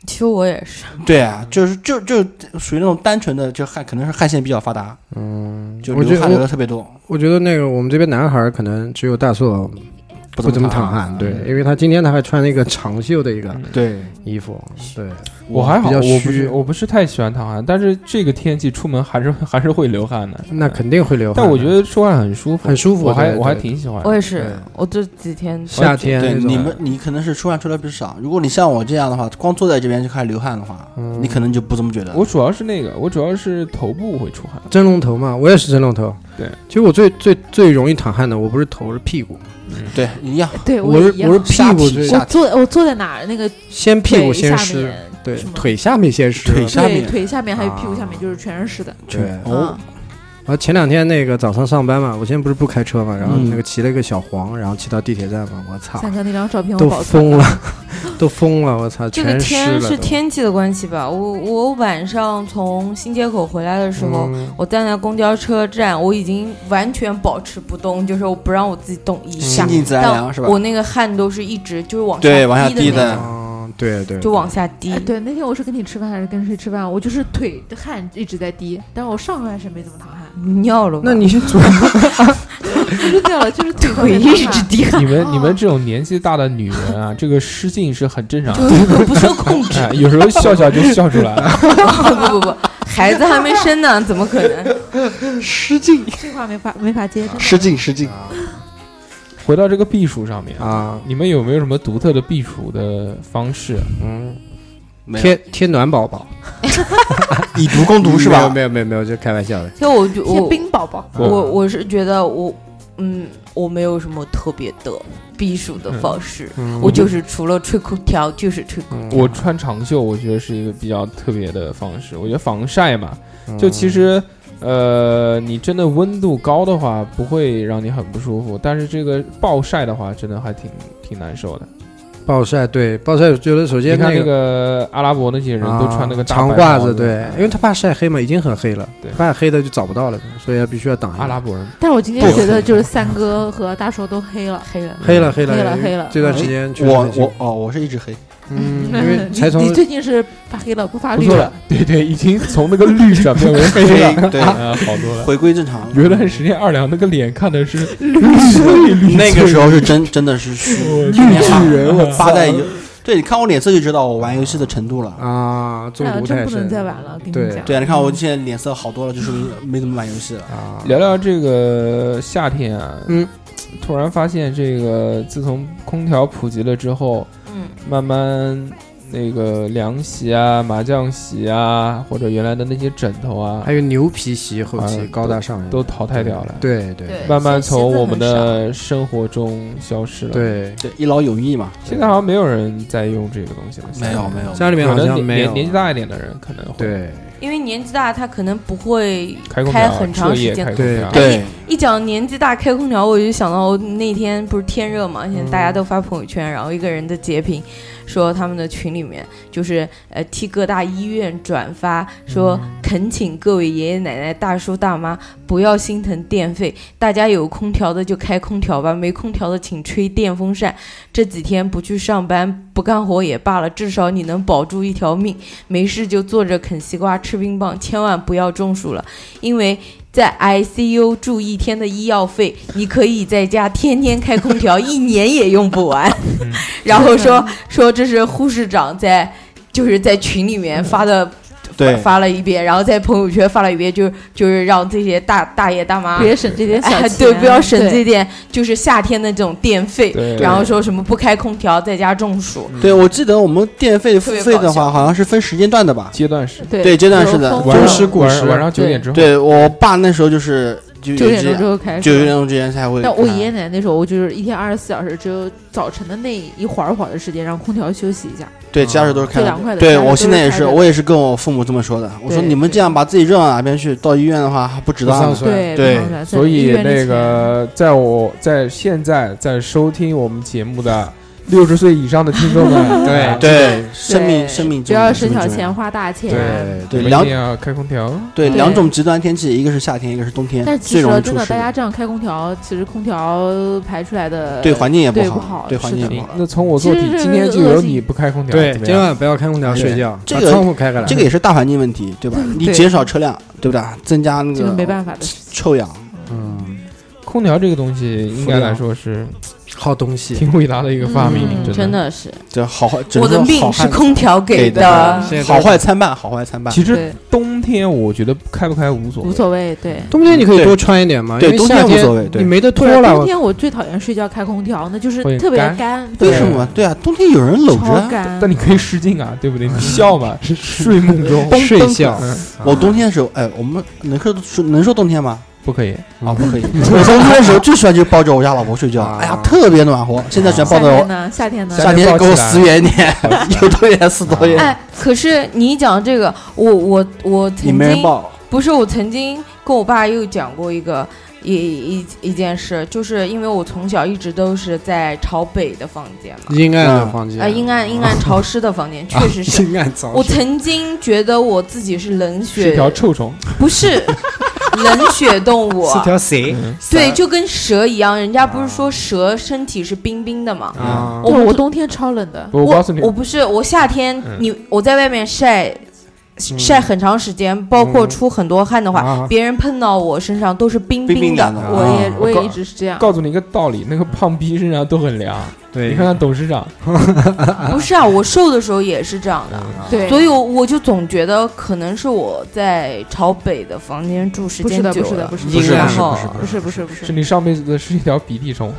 其实我也是，对啊，就是就就属于那种单纯的，就汗可能是汗腺比较发达，嗯，就我觉流得汗我流的特别多，我觉得那个我们这边男孩儿可能只有大硕不不怎么淌汗汗，，对，因为他今天他还穿了一个长袖的一个对，衣服，对，我还好，比较我不是虚，我不是太喜欢淌汗，但是这个天气出门还是 [laughs] 还是会流汗的。那肯定会流汗的。但我觉得出汗很舒服，很舒服我还对我还对挺喜欢的。我也哎对是，我这几天夏天对那种你们，你可能是出汗出的比较少。如果你像我这样的话，光坐在这边就开始流汗的话，你可能就不这么觉得。我主要是那个，我主要是头部会出汗。蒸笼头嘛，我也是蒸笼头。对，其实我最最最容易淌汗的，我不是头是屁股，对一样，对我也是一样我是屁股下体最下我坐我坐在哪儿那个先屁股腿先下湿，面，对是，吗腿下面先湿。腿下对面腿下面还有屁股啊下面就是全是湿的。嗯对，哦，然后前两天那个早上上班嘛，我现在不是不开车嘛，然后嗯那个骑了一个小黄，然后骑到地铁站嘛，我操，三哥那张照片我都保存疯了， [laughs] 都疯了，我操，这个全湿天了都。是天气的关系吧？我我晚上从新街口回来的时候，嗯我站在公交车站，我已经完全保持不动，就是我不让我自己动一下心，嗯静自然凉但是吧？我那个汗都是一直就是往对往下滴滴的那的种，嗯，对对，就往下滴哎，。对，那天我是跟你吃饭还是跟谁吃饭？我就是腿的汗一直在滴，但是我上半身没怎么淌汗，你尿了吧？那你是左就是掉了， [laughs] 就是腿腿一直 [laughs] 滴汗，你们哦你们这种年纪大的女人啊，这个失禁是很正常就的。是可不受控制。 [laughs] 哎，有时候笑笑就笑出来了。不不不，孩子还没生呢，怎么可 [laughs] 能？失敬这话没法没法接，啊真的失敬失敬，回到这个避暑上面啊，啊，你们有没有什么独特的避暑的方式？嗯，没有贴贴暖宝宝以毒攻毒是吧？没有没有没有没有，就开玩笑的。就我就贴我冰宝宝，嗯我我是觉得我嗯，我没有什么特别的避暑的方式，嗯我就是除了吹空调就是吹空嗯调。我穿长袖，我觉得是一个比较特别的方式。我觉得防晒嘛，嗯就其实，呃，你真的温度高的话，不会让你很不舒服，但是这个暴晒的话，真的还挺挺难受的。暴晒，对暴晒，觉得首你先看那那个阿拉伯那些人都穿那个啊大长白褂袍子，对，因为他怕晒黑嘛，已经很黑了，对怕黑的就找不到了，所以必须要挡一下阿拉伯人但是我今天不觉得就是三哥和大硕都黑了，黑 [laughs] 了，黑了黑了黑了因为黑了这段时间确实我很辛苦我哦，我是一直黑，嗯，因为你才从你最近是发黑了，不发不绿错了，，对对，已经从那个绿转变为黑 [laughs] [laughs] 了，对，啊，好多了。回归正常了。有段时间二两那个脸看的是那个时候是真真的是虚，绿巨人，我发在有，对你看我脸色就知道我玩游戏的程度了。啊中哎呦毒真太不能深再玩了，跟对你讲，对啊，你看我现在脸色好多了，就说明没怎么玩游戏了。啊，聊聊这个夏天啊，嗯，突然发现这个自从空调普及了之后，嗯，慢慢那个凉席啊、麻将席啊，或者原来的那些枕头啊还，有牛皮席后期啊高大上都淘汰掉了，对对对慢慢从我们的生活中消失了。，对，对，一劳永逸嘛。现在好像没有人在用这个东西了，没有没有，家里面可好像能没年有年纪大一点的人可能会对因为年纪大，他可能不会开空开调很彻长夜时间开。空对调，对，一讲年纪大开空调，我就想到我那天不是天热嘛，现在嗯大家都发朋友圈，然后一个人的截屏，说他们的群里面就是呃替各大医院转发，说恳请各位爷爷奶奶、大叔大妈不要心疼电费，大家有空调的就开空调吧，没空调的请吹电风扇。这几天不去上班不干活也罢了，至少你能保住一条命，没事就坐着啃西瓜吃冰棒，千万不要中暑了，因为。在 ICU 住一天的医药费，你可以在家天天开空调，一年也用不完。 [laughs] 然后嗯说说这是护士长在就是在群里面发的，对发发了一遍，然后在朋友圈发了一遍，就是就是让这些大大爷大妈。别省这点小哎，钱，对，不要省这对。点，就是夏天的这种电费对，然后说什么不开空调在家中暑，对，我记得我们电费付特别费的搞笑话，好像是分时间段的吧？阶段式。对对这段是的有晚风晚上了是上故事晚上九点之后，对我爸那时候就是就九点这钟样之后开始。九点钟之前才会开。嗯但我爷爷奶奶那时候，我就是一天二十四小时，只有早晨的那一会儿会儿的时间，让空调休息一下，对，其他时候都是开最的。凉快的。对其他时候我都现在也开是，着我也是跟我父母这么说的。我说对你们对这样把自己热到哪边去，到医院的话还不值不当啊上呢。算对对不上算所在医以院里那前个，在我在现在在收听我们节目的六十岁以上的听众 [laughs] 们，对对，生命对生命不重生要省命小重要钱花大钱。啊对对我们一两定要开空调。对，对两种极端天气，一个是夏天，一个是冬天，但是其最实容易啊真出的，事大家的。这样开空调，其实空调排出来的对环境也呃对不不好好，对环是境的也不行好。那从我做其起实，是今天就恶由性你不开空调，对，怎么今样？晚不要开空调睡觉，这把个窗户开开来。这个也是大环境问题，对吧？你对减少车辆，对不对？增加那这个没个办法的事情。臭氧，嗯，空调这个东西，应该来说是好东西，挺伟大的一个发明，嗯真真。的是，这好坏，只我的能说好命汉是空调给的。现在好坏参半，好坏参半。其实对，冬天我觉得开不开无所无谓，所谓。对，冬天你可以多穿一点嘛，对因为夏冬天无所谓对你没得脱不是了。冬天我最讨厌睡觉开空调，那就是会特别干干，对为什么？对啊，冬天有人搂着超啊。干。但你可以失禁啊，对不对？你笑嘛，是睡梦 [laughs] 中蹦睡觉嗯我冬天的时候，哎，我们能说说能说冬天吗？不可以。 [laughs] 嗯啊，不可以。我冬天的时候最喜欢就是抱着我家老婆睡觉，啊哎呀，特别暖和。现在喜欢夏抱着天我，呢？夏天呢？夏夏天天抱给起我来死远一点， [laughs] 有多远死多远。哎，可是你讲这个，我我我你曾没人经抱，不是我曾经跟我爸又讲过一个一一一件事，就是因为我从小一直都是在朝北的房间嘛，阴暗的房间，啊，阴暗阴 [laughs] 暗潮湿的房间，确实啊是。阴暗早我睡曾经觉得我自己是冷是血条，臭虫，[laughs] 不是冷血动物，啊是条蛇嗯对，就跟蛇一样。人家不是啊说蛇身体是冰冰的吗？啊对，我哦我冬天超冷啊的。不我告诉你我，不是我夏天嗯你我在外面晒晒很长时间，包嗯括出很多汗的话，啊！别人碰到我身上都是冰冰冰的。凉的。我也啊我我告也一直是这样。告诉你一个道理，那个胖逼身上都很凉。对，你看看董事长，不是啊，我瘦的时候也是这样的，对，所以我我就总觉得可能是我在朝北的房间住时不是间的，久不是的，了。不是阴然暗后不是不是不是是，你上辈子是一条鼻涕虫。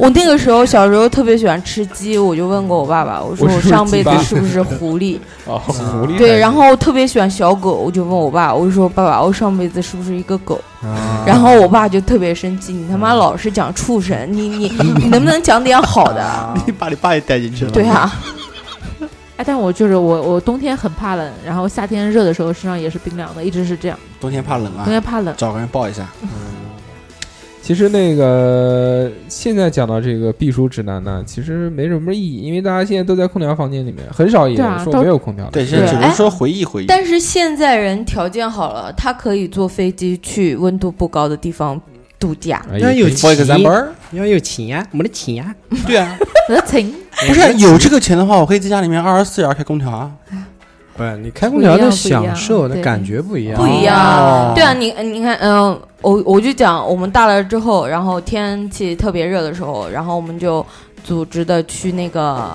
我那个时候小时候特别喜欢吃鸡，我就问过我爸爸，我说我是不我是上辈鸡子巴是不是狐狸？ [laughs] 哦，狐狸还对，是然后我特别喜欢小狗，我就问我爸，我就说爸爸，我上辈子是不是一个狗？啊然后我爸就特别生气，你他妈老是讲畜生，你你你能不能讲点好 [laughs] 的？ [laughs] 你把你爸也带进去了。对啊，哎，但我就是我，我冬天很怕冷，然后夏天热的时候身上也是冰凉的，一直是这样。冬天怕冷啊冬，天怕冷，找个人抱一下。其实那个现在讲到这个避暑指南呢，其实没什么意义，因为大家现在都在空调房间里面，很少也对啊说都没有空调的。对，现吧在只能说回忆回忆。但是现在人条件好了，他可以坐飞机去温度不高的地方度假。哎要也有可以钱 For example，要有钱啊呀，没得钱呀，对啊，我的情 [laughs] 不是有这个钱的话，我可以在家里面二十四小时开空调啊。不是你开空调的享受，不一样不一样那感觉不一样，不一样哦对啊，你你看，嗯、我我就讲，我们大了之后，然后天气特别热的时候，然后我们就组织的去那个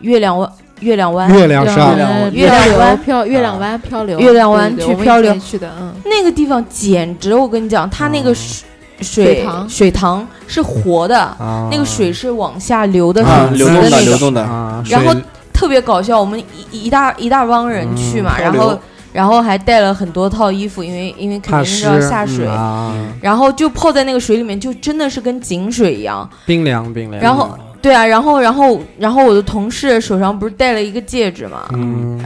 月亮湾，月亮湾，月亮月上亮呃湾啊月月亮流湾漂，月亮湾漂流，月亮湾对去对对我们漂以流前去的，嗯，那个地方简直，我跟你讲，它那哦个水、水水塘水塘是活的，啊，那个水是往下流的，啊，很流直动的，那流种。动的。啊，然后水特别搞笑，我们一一大一大帮人去嘛，嗯然漂后流然后还带了很多套衣服，因为因为肯怕定是要湿下水。嗯啊，然后就泡在那个水里面，就真的是跟井水一样。冰凉冰凉，然后，对啊，然后，然后，然后我的同事手上不是戴了一个戒指嘛，嗯，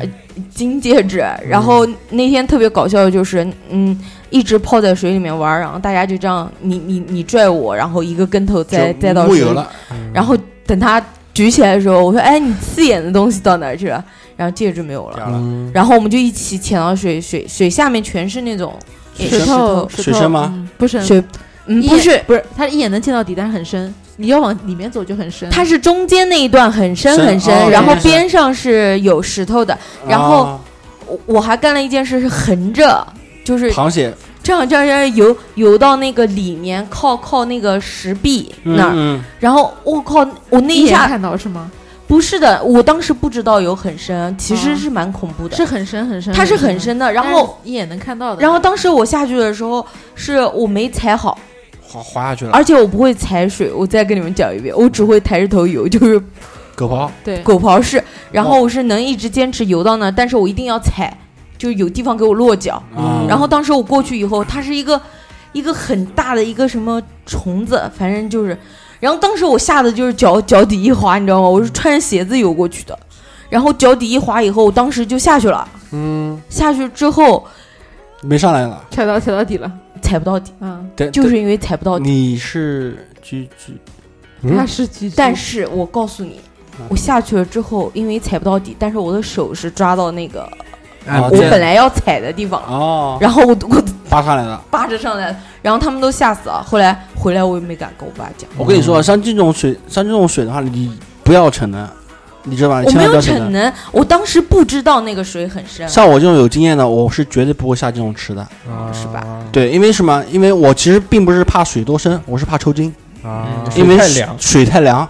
金戒指。嗯然后那天特别搞笑的就是，嗯，一直泡在水里面玩儿，然后大家就这样，你你你拽我，然后一个跟头栽栽到木水有里，了，然后等他举起来的时候，我说：“哎，你刺眼的东西到哪儿去了？”然后戒指没有了。啊嗯然后我们就一起潜到水水水下面，全是那种水也深头，水石头深吗？嗯不深，水，嗯，一不是，不是，它一眼能见到底，但是很深，你要往里面走就很深。它是中间那一段很深深很深，哦然后对对对边上是有石头的。然后啊我我还干了一件事，是横着，就是螃蟹这样这样这样游游到那个里面，靠靠那个石壁那儿。嗯然后我靠，我那一一眼下看到是吗？不是的，我当时不知道有很深，其实是蛮恐怖的。是嗯很深很深，它是很，深的，然后一眼能看到的。然后当时我下去的时候，是我没踩好，滑滑下去 [laughs] 了，而且我不会踩水。我再跟你们讲一遍，我只会抬着头游，就是狗刨对，狗刨 [laughs] 式。然后我是能一直坚持游到那儿，但是我一定要踩，就是有地方给我落脚。嗯啊然后当时我过去以后，它是一个一个很大的一个什么虫子，反正就是，然后当时我吓得就是脚脚底一滑，你知道吗？我是穿着鞋子游过去的，然后脚底一滑以后，我当时就下去了，嗯，下去之后没上来了。踩到踩到底了，踩不到底，嗯，对，就是因为踩不到对底。你是居居嗯他是狙击，但是我告诉你，我下去了之后，因为踩不到底，但是我的手是抓到那个哎，哦我这样本来要踩的地方，哦，然后我我扒上来了。扒着上来，然后他们都吓死了。后来回来我也没敢跟我爸讲，我跟你说，像这种水，像这种水的话，你不要逞能，你知道吧？你我千没有万不要逞逞能。能，我当时不知道那个水很深。像我这种有经验的，我是绝对不会下这种池的。啊是吧？对，因为什么？因为我其实并不是怕水多深，我是怕抽筋，啊嗯，因水为太水凉水太凉。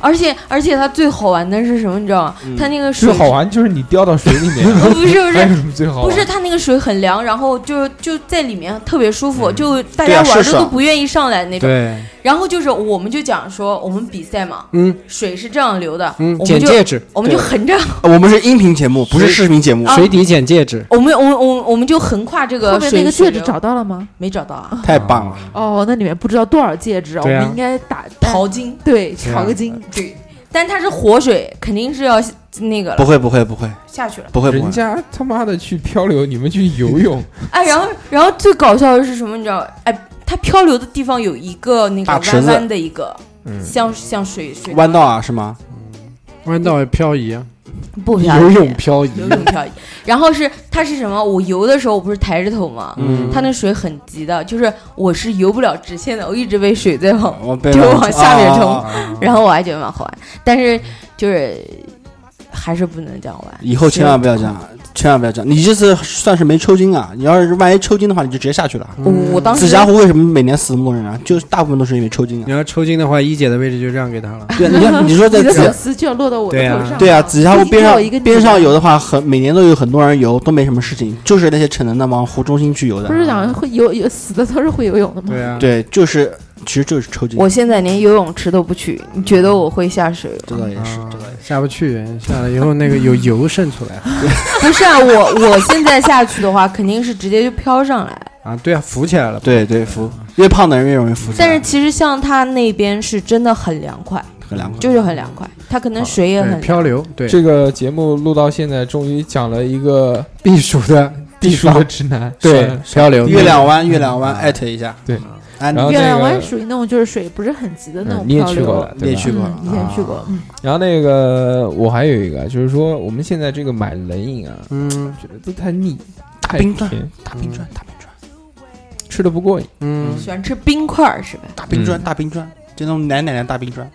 而且而且它最好玩的是什么？你知道吗？嗯嗯它呃那个水最好玩就是你掉到水里面啊，呃不是不还有是。什么最好玩？不是，它那个水很凉，然后就就在里面特别舒服，嗯就大对家啊玩是的都爽不愿意上来那种。对，然后就是我们就讲说，我们比赛嘛，嗯水是这样流的，嗯，我捡们就戒指，我们就对横着，呃我们是音频节目，不是视频节目，啊哦水底捡戒指，我们我们我们我们就横跨这个后面那水个水戒指流找到了吗？没找到啊？太棒了。了，哦，那里面不知道多少戒指，我对啊们应该打淘金，对对啊淘个金，对，但它是活水，肯定是要那个不了会不会不会下去了。不会不人会，家他妈的去漂流，你们去游泳，哎，然后然后最搞笑的是什么？你知道？哎，它漂流的地方有一个那个大池弯子弯的一个，嗯，像像水水弯道啊是吗？弯道漂移，啊不漂游移泳漂移，游泳漂移。然后是它是什么？我游的时候我不是抬着头吗？嗯它那水很急的，就是我是游不了直线的，我一直被水在往嗯我被就往下面冲啊然后我还觉得蛮好玩，但是就是还是不能这样玩。以后千万不要这样，千万不要这样。你这次算是没抽筋啊！你要是万一抽筋的话，你就直接下去了。我嗯我哦当时紫霞湖为什么每年死那么多人啊？就是大部分都是因为抽筋啊 [laughs] 你。要抽筋的话，一姐的位置就让给她了。对，你看你说在你的紫粉丝就要落到我的对啊头上。对啊，紫霞湖边一个上女的边上游的话，很每年都有很多人游，都没什么事情，就是那些逞能的往湖中心去游不的。是讲会游游死的都是会游泳嗯的吗？啊，对，就是其实就是抽筋。我现在连游泳池都不去，你觉得我会下水吗？这倒也是，啊这倒也是。下不去，下了以后那个有油渗出来不是啊， [laughs] 我我现在下去的话，肯定是直接就飘上来。嗯啊，对啊，浮起来了，对对，浮越胖的人越容易浮起来，但是其实像它那边是真的很凉快，很凉快。就是很凉快，它可啊能水也对很凉。漂流，对，这个节目录到现在，终于讲了一个避暑的避地暑的方，直男，对，漂流，月亮湾，月亮湾，艾特一下。啊对，安然后月那亮个湾属于那种就是水不是很急的嗯，那种你也漂去流。过了，你对也吧？去过了嗯，以前去过啊，嗯然后那个我还有一个，就是说我们现在这个买冷饮啊，嗯觉得都太腻，大太冰砖甜，大冰砖，大冰砖，吃的不过瘾。嗯，喜欢吃冰块儿是吧？大冰砖，大冰砖，这种奶奶的大冰砖。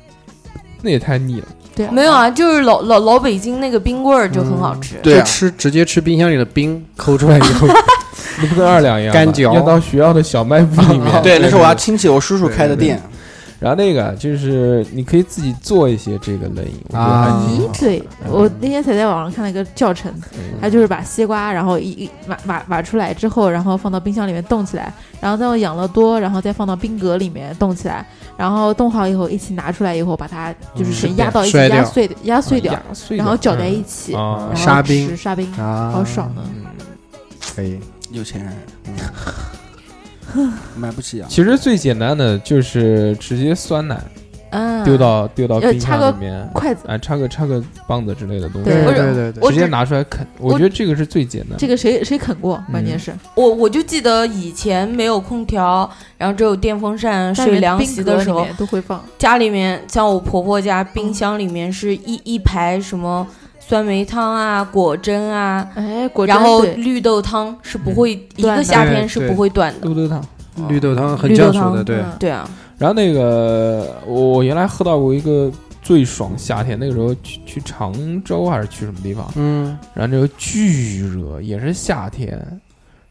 那也太腻了。对，没有啊，就是老老老北京那个冰棍儿就很好吃。对就啊吃直接吃冰箱里的冰，抠出来以后，那不跟二两一样吗，干嚼要到学校的小卖部里面。 [laughs] 对，那是我家亲戚，我叔叔开的店。 [laughs] 然后那个就是你可以自己做一些这个冷饮，我觉得还啊挺咦，对我那天才在网上看了一个教程，哎它就是把西瓜，然后一一挖挖挖出来之后，然后放到冰箱里面冻起来，然后再用养乐多，然后再放到冰格里面冻起来，然后冻好以后一起拿出来以后，把它就是全压到一嗯起摔掉嗯压碎压碎掉，压哎碎然后搅在一起，嗯啊然后沙冰吃沙冰，啊，好爽的。可以，有钱人买不起啊。其实最简单的就是直接酸奶嗯，丢到丢到要冰插个箱里面，筷子，啊，插个插个棒子之类的东西，对对我对对对，我直接只拿出来啃。我我觉得这个是最简单的。这个谁谁啃过？关嗯键是我我就记得以前没有空调，然后只有电风扇、但是睡凉冰席格的里时候，面都会放。家里面像我婆婆家冰箱里面是一一排什么酸梅汤啊、果珍啊，哎，果真然后对绿豆汤是不会、一断个的夏天是不会断的。豆豆汤。绿豆汤很绿豆降暑汤的，对，嗯对啊，然后那个我我原来喝到过一个最爽夏天，那个时候去去常州还是去什么地方，嗯，然后那个巨热，也是夏天。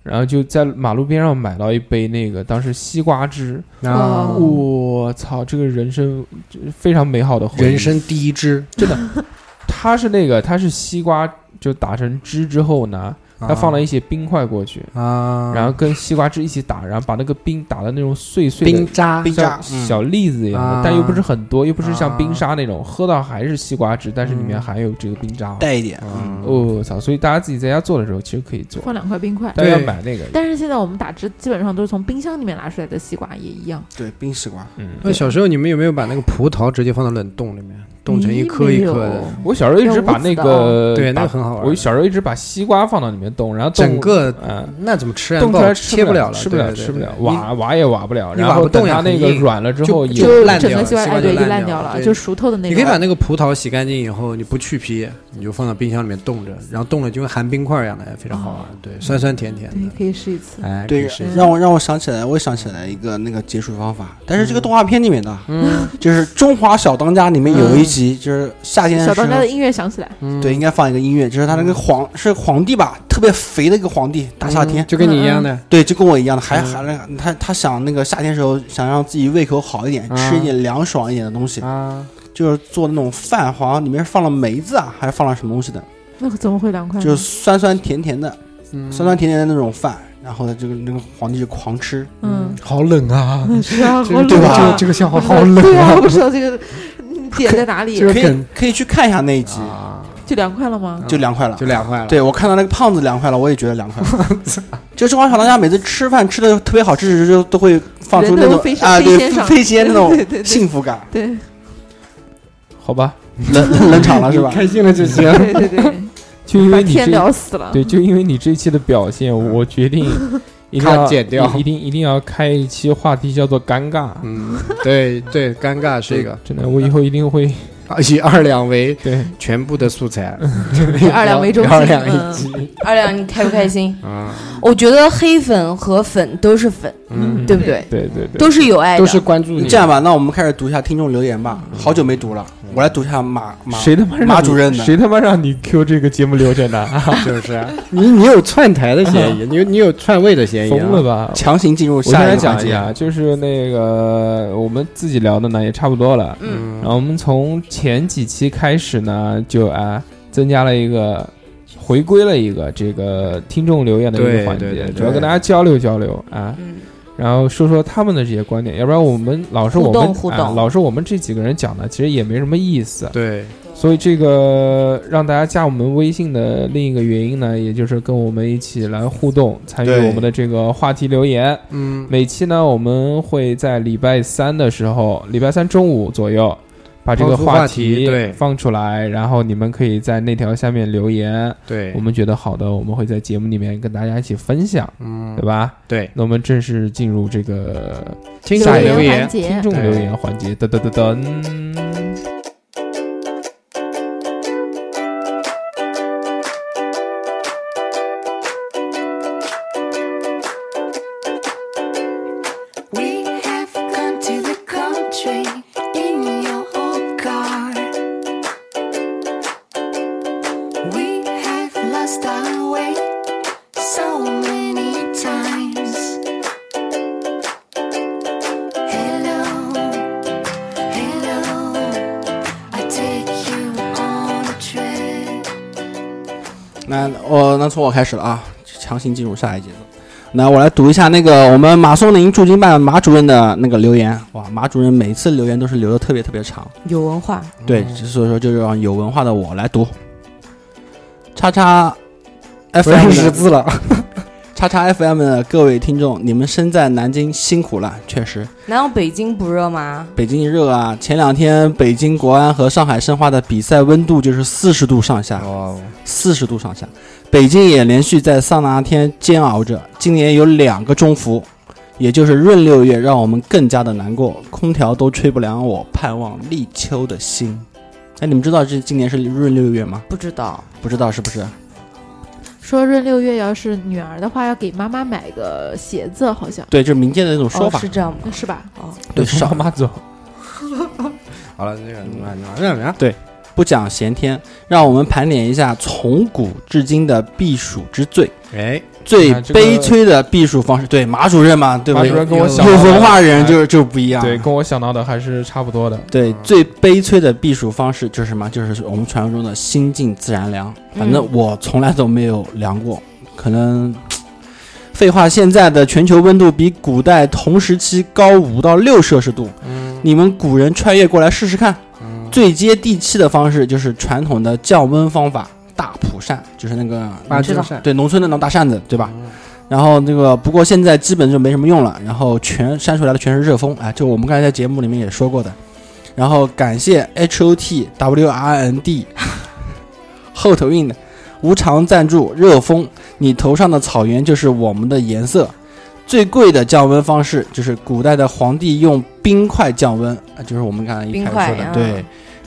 然后就在马路边上买到一杯那个当时西瓜汁，啊，嗯我操，这个人生这非常美好的回忆。人生第一支，它是那个它是西瓜就打成汁之后呢，他放了一些冰块过去，啊，然后跟西瓜汁一起打，然后把那个冰打的那种碎碎冰嗯的。渣冰像渣小粒子一样的，啊但又不是很多，又不是像啊冰沙那种，喝到还是西瓜汁，但是里面嗯含有这个冰渣。带一点，嗯哦，我操！所以大家自己在家做的时候，其实可以做，放两块冰块。但是要对买那个。但是现在我们打汁基本上都是从冰箱里面拿出来的西瓜也一样，对，冰西瓜。嗯，那小时候你们有没有把那个葡萄直接放到冷冻里面，冻成一颗一哎颗的？我小时候一直把那个对，那把个很好玩。我小时候一直把西瓜放到里面冻，然后冻整个嗯。那怎么吃啊？冻出不来好吃切不了，了，吃不了，对吃不了，。对对挖挖也挖不了，你然挖后不动等它呀很那个硬软了之就后也就烂整掉个了西瓜西瓜哎就对，烂烂掉了了，对就熟透的那你种。可以把那个葡萄洗干净以后，你不去皮，你就放到冰箱里面冻着，然后冻了就跟含冰块一样的，非常好玩。对，酸酸甜甜哦对的，，可以试一次。哎，可以对试一，下让我让我想起来，我也想起来一个那个解暑方法，但是这个动画片里面的，啊嗯，就是《中华小当家》里面有一集，就是夏天的小时当家候的，音乐响起来，嗯对，应该放一个音乐，就是他那个皇是皇帝吧，特别肥的一个皇帝，大夏天，就跟你一样嗯的，对，就跟我一样的，还还嗯那他他想那个夏天时候想让自己胃口好一点，啊吃一点凉爽一点的东西，啊，就是做那种饭，好像里面放了梅子啊，还是放了什么东西的，那怎么会凉快呢？就是酸酸甜甜的，嗯酸酸甜甜的那种饭，然后这个那个皇帝就狂吃，嗯，好冷啊，是啊，这好个这冷个吧这啊个这个笑话我不知好道冷对啊，啊我不知道 [laughs] 这个嗯点在哪里这，个可以梗可以去看一下那一集，啊，就凉快了吗？就凉快了就。凉快了。对，我看到那个胖子凉快了，我也觉得凉快了。 [laughs] 就中华小当家每次吃饭吃的特别好吃时，就都会放出那人都种飞上啊，飞对天，上飞仙那哦种对对对幸福感，对 [laughs] 好吧，冷冷场了 [laughs] 是吧？开心了就行。对对对，嗯就因把为你天聊这死了。对，就因为你这一期的表现，我决定一定咔要剪掉一一定一定要开一期话题叫做尴尬。嗯，对对，尴尬是一个真的，我以后一定会以二两为对全部的素材，以嗯二两为中心二两一嗯集 [laughs] 二两，你开不开心？啊， [laughs] 我觉得黑粉和粉都是粉，嗯，对不对？对对对，都是有爱的，都是关注你，这样吧，那我们开始读一下听众留言吧，好久没读了，我来读一下马马谁他妈让马你主任呢谁他妈让你 Q 这个节目流程的？ [laughs] 是不啊是？你你有串台的嫌疑，你有你有串位的嫌疑，啊疯了！吧！强行进入我先下来一个环讲一节。下，就是那个我们自己聊的呢也差不多了，嗯然后我们从前几期开始呢，就啊增加了一个。回归了一个这个听众留言的一个对环对节，对主要对跟大家交流交流啊，嗯，然后说说他们的这些观点，要不然我们老是我们互动互啊动老是我们这几个人讲的，其实也没什么意思。对，所以这个让大家加我们微信的另一个原因呢，也就是跟我们一起来互动，参与对我们的这个话题留言。嗯，每期呢，我们会在礼拜三的时候，礼拜三中午左右，把这个抛出话题题对放出来，然后你们可以在那条下面留言。对我，们觉得好的，我们会在节目里面跟大家一起分享，嗯对，吧？对，那我们正式进入这个听下一众个留环言，听节，众对留言环节，噔噔噔噔。 We have gone to the country in your old car. We have lost our way so many times. Hello, hello, I take you on a trip. 那我那从我开始了啊，强行进入下一节奏。那我来读一下那个我们马松林驻京办马主任的那个留言。哇，马主任每次留言都是留的特别特别长。有文化，对，嗯所以说就让有文化的我来读。叉叉不认 FM 识的字了， [laughs] 叉叉 FM 的各位听众，你们身在南京辛苦了，确实，难道北京不热吗？北京热啊！前两天北京国安和上海申花的比赛温度就是四十度上下，哦，四十度上下。北京也连续在桑拿天煎熬着，今年有两个中伏，也就是闰六月，让我们更加的难过，空调都吹不凉我盼望立秋的心。哎，你们知道这今年是闰六月吗？不知道，不知道是不是？说闰六月要是女儿的话，要给妈妈买个鞋子，好像对，就是民间的那种说哦，法。是这样吗？那是吧？哦， [laughs] 对，上 [laughs] 少妈走，好了，那个那个不讲闲天，让我们盘点一下从古至今的避暑之最，哎，最啊这个悲催的避暑方式。对，马主任嘛，对吧？马主任跟我有想有到的文化人还就就不一样。对，跟我想到的还是差不多的。对最悲催的避暑方式嗯就是什么？就是我们传说中的心静自然凉。反正我从来都没有凉过，可能废话，现在的全球温度比古代同时期高五到六摄氏度，嗯你们古人穿越过来试试看。嗯最接地气的方式就是传统的降温方法，大蒲扇，就是那个八知折道扇对农村的那种大扇子，对吧？嗯然后那个不过现在基本就没什么用了，然后全扇出来的全是热风，哎，就我们刚才在节目里面也说过的。然后感谢 H O T W R N D 后头印的无偿赞助热风，你头上的草原就是我们的颜色。最贵的降温方式就是古代的皇帝用冰块降温，啊就是我们刚才一冰开始块说的，啊对，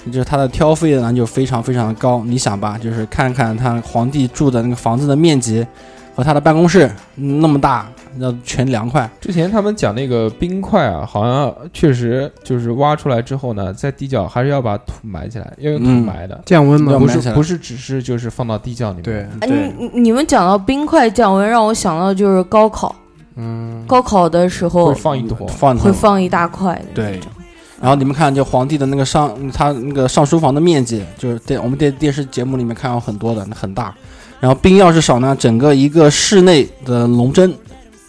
就是它的挑费呢就非常非常的高。你想吧，就是看看他皇帝住的那个房子的面积和他的办公室那么大，要全凉快。之前他们讲那个冰块啊，好像确实就是挖出来之后呢，在地窖还是要把土埋起来，要用土嗯埋的，降温嘛要，不埋起是来不是只是就是放到地窖里面。对，哎，你你你们讲到冰块降温，让我想到就是高考，嗯，高考的时候会放一坨，放会放一大块的那嗯对种。然后你们看，就皇帝的那个上，他那个上书房的面积，就是电我们电电视节目里面看到很多的，那很大。然后冰要是少呢，整个一个室内的龙蒸，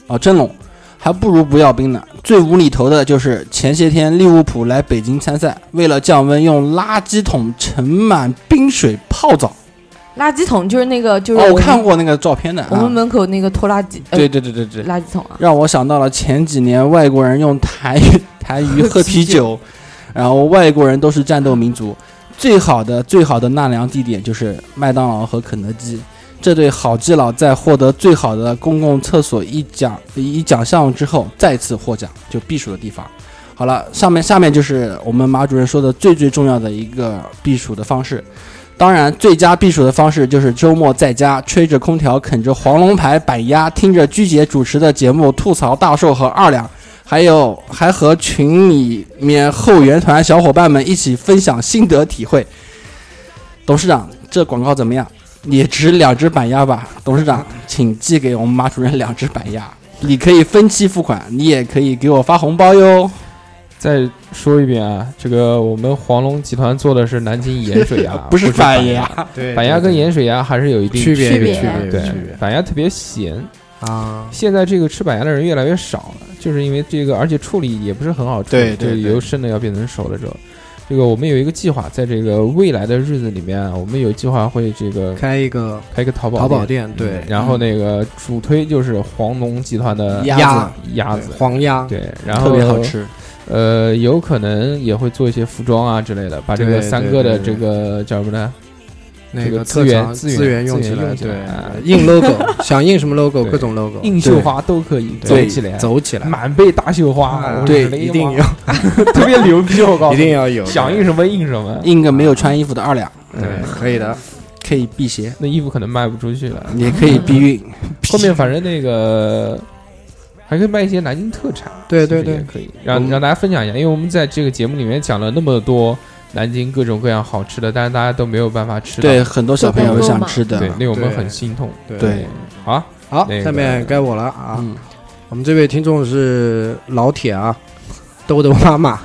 啊、蒸笼，还不如不要冰呢。最无厘头的就是前些天利物浦来北京参赛，为了降温，用垃圾桶盛满冰水泡澡。垃圾桶就是那个，就是哦，我我们看过那个照片的。我们啊、门口那个拖拉机，呃对对对对对，垃圾桶啊，让我想到了前几年外国人用台语台语 [laughs] 喝啤酒，然后外国人都是战斗民族，最好的最好的纳凉地点就是麦当劳和肯德基。这对好基佬在获得最好的公共厕所一奖一奖项之后，再次获奖，就避暑的地方。好了，上面下面就是我们马主任说的最最重要的一个避暑的方式。当然，最佳避暑的方式就是周末在家吹着空调，啃着黄龙牌板鸭，听着鞠姐主持的节目吐槽大寿和二两，还有还和群里面后援团小伙伴们一起分享心得体会。董事长，这广告怎么样？也值两只板鸭吧，董事长，请寄给我们马主任两只板鸭。你可以分期付款，你也可以给我发红包哟。再说一遍啊，这个我们黄龙集团做的是南京盐水鸭 [laughs] ，不是板板鸭，对板鸭跟盐水鸭还是有一定区别别有区别区别有对区别，板鸭特别咸，啊，现在这个吃板鸭的人越来越少了，就是因为这个，而且处理也不是很好处对理，对就对由生的要变成熟了之后，这个我们有一个计划，在这个未来的日子里面啊，我们有计划会这个开一个开一个淘宝淘宝店，店，对嗯，然后那个主推就是黄龙集团的鸭鸭鸭对呃子，黄鸭，嗯对，然后特别好吃。呃，有可能也会做一些服装啊之类的，把这对个对三哥的对这个叫什么呢？那这个个特资源长资资源源资用源起来，用起对来啊，印 logo，想 [laughs] 印什么 logo，对各种 logo，印对绣花都可以走对起来，走起来，满背大绣花，啊我对日嘞，一定哎妈 [laughs] 要，特别牛逼，我告诉一你定要有，想印什么印什么。印个没有穿衣服的二两，对，可以的，可以辟邪，那衣服可能卖不出去了，也可以避孕。后面反正那个还可以卖一些南京特产，对对其实也对可以我让们让大家分享一下，因为我们在这个节目里面讲了那么多南京各种各样好吃的，但是大家都没有办法吃到，对，很多小朋友有想吃的。对，令我们对很心痛。对，好啊，好，那个下面该我了啊，嗯，我们这位听众是老铁啊，豆豆 [laughs] 妈妈，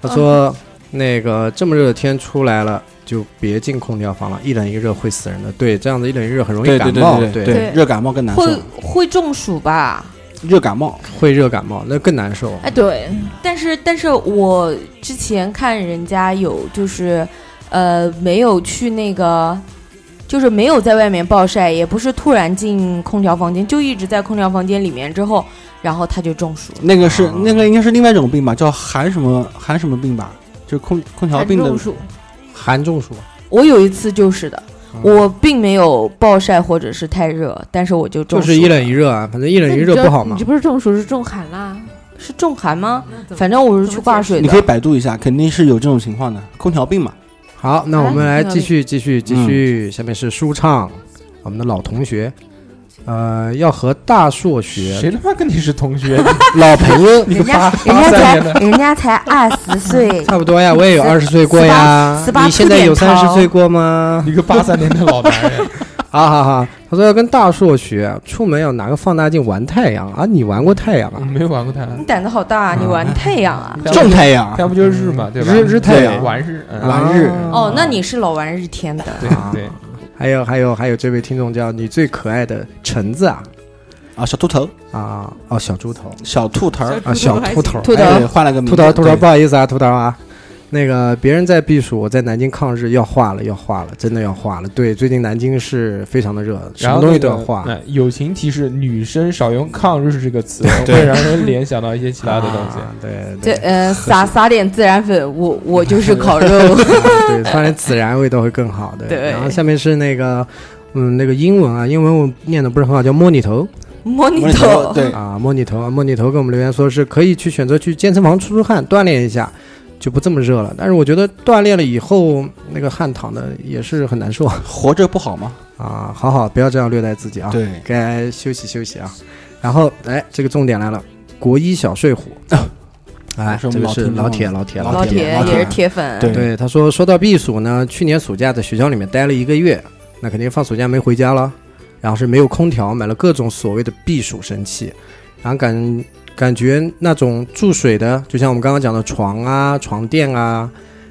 他说那个这么热的天出来了，就别进空调房了，一冷一热会死人的。对，这样子一冷一热很容易对对感对冒，对对，对热感冒更难会受，会中暑吧？热感冒会热感冒，那更难受。啊哎，对，但是但是我之前看人家有就是，呃，没有去那个，就是没有在外面暴晒，也不是突然进空调房间，就一直在空调房间里面之后，然后他就中暑了。那个是啊那个应该是另外一种病吧，叫寒什么寒什么病吧，就是空空调还病的中暑，寒中暑，我有一次就是的，嗯我并没有暴晒或者是太热，但是我就中就暑是一了冷一热啊，反正一冷那一你热这不好嘛你这。不是中暑，是中寒啦。是中寒吗？那怎么反正我是去挂水你可以的。百度一下，肯定是有这种情况的，空调病嘛。好，那我们来继续继续继哎嗯续，下面是舒畅，我们的老同学，呃，要和大硕学谁他妈跟你是同学？老朋友，，你个八人八家三年才的，人家才二十岁差不多呀，我也有十二十岁过呀十八，你现在有出三点十头岁过吗？你个八三年的老男 [laughs] 人，好好好，啊他说要跟大硕学，出门要拿个放大镜玩太阳啊，你玩过太阳我啊？没玩过他， [laughs] 你胆子好大啊！你玩太阳啊？太阳种太阳 [laughs] 他不就是日嘛，对吧？日日太对阳晚日，嗯哦玩日哦，那你是老玩日天的。对啊对，还有还有还有，这位听众叫你最可爱的橙子啊啊，小秃头，啊哦，小猪头小兔头儿，啊，小秃头，兔头哎换了个名秃字头，秃头，对不好意思啊，秃头啊。那个别人在避暑，我在南京抗日，要化了，要化了，真的要化了。对，最近南京是非常的热，什然么后东西那都要个化。哎友情提示：女生少用“抗日”这个 [laughs] 词，会让人联想到一些其他的东西。啊对这对呃撒撒点孜然粉，我我就是烤 [laughs] 肉。啊对，放点孜然味道会更好。对，对然后下面是那个，嗯，那个英文啊，英文我念的不是很好，叫莫尼头摸你摸你头头，，对，啊，莫尼头啊，莫尼头给我们留言说是可以去选择去健身房出出汗，锻炼一下，就不这么热了。但是我觉得锻炼了以后，那个汗淌的也是很难受啊。活着不好吗？啊，好好，不要这样虐待自己啊，对，该休息休息啊。然后，哎，这个重点来了，国医小睡虎，哎，哦是这我们个老是听众啊老铁了老铁老老铁铁老也铁是铁粉。对对，他说说到避暑呢，去年暑假在学校里面待了一个月，那肯定放暑假没回家了，然后是没有空调，买了各种所谓的避暑神器，然后感感觉那种注水的，就像我们刚刚讲的床啊、床垫啊。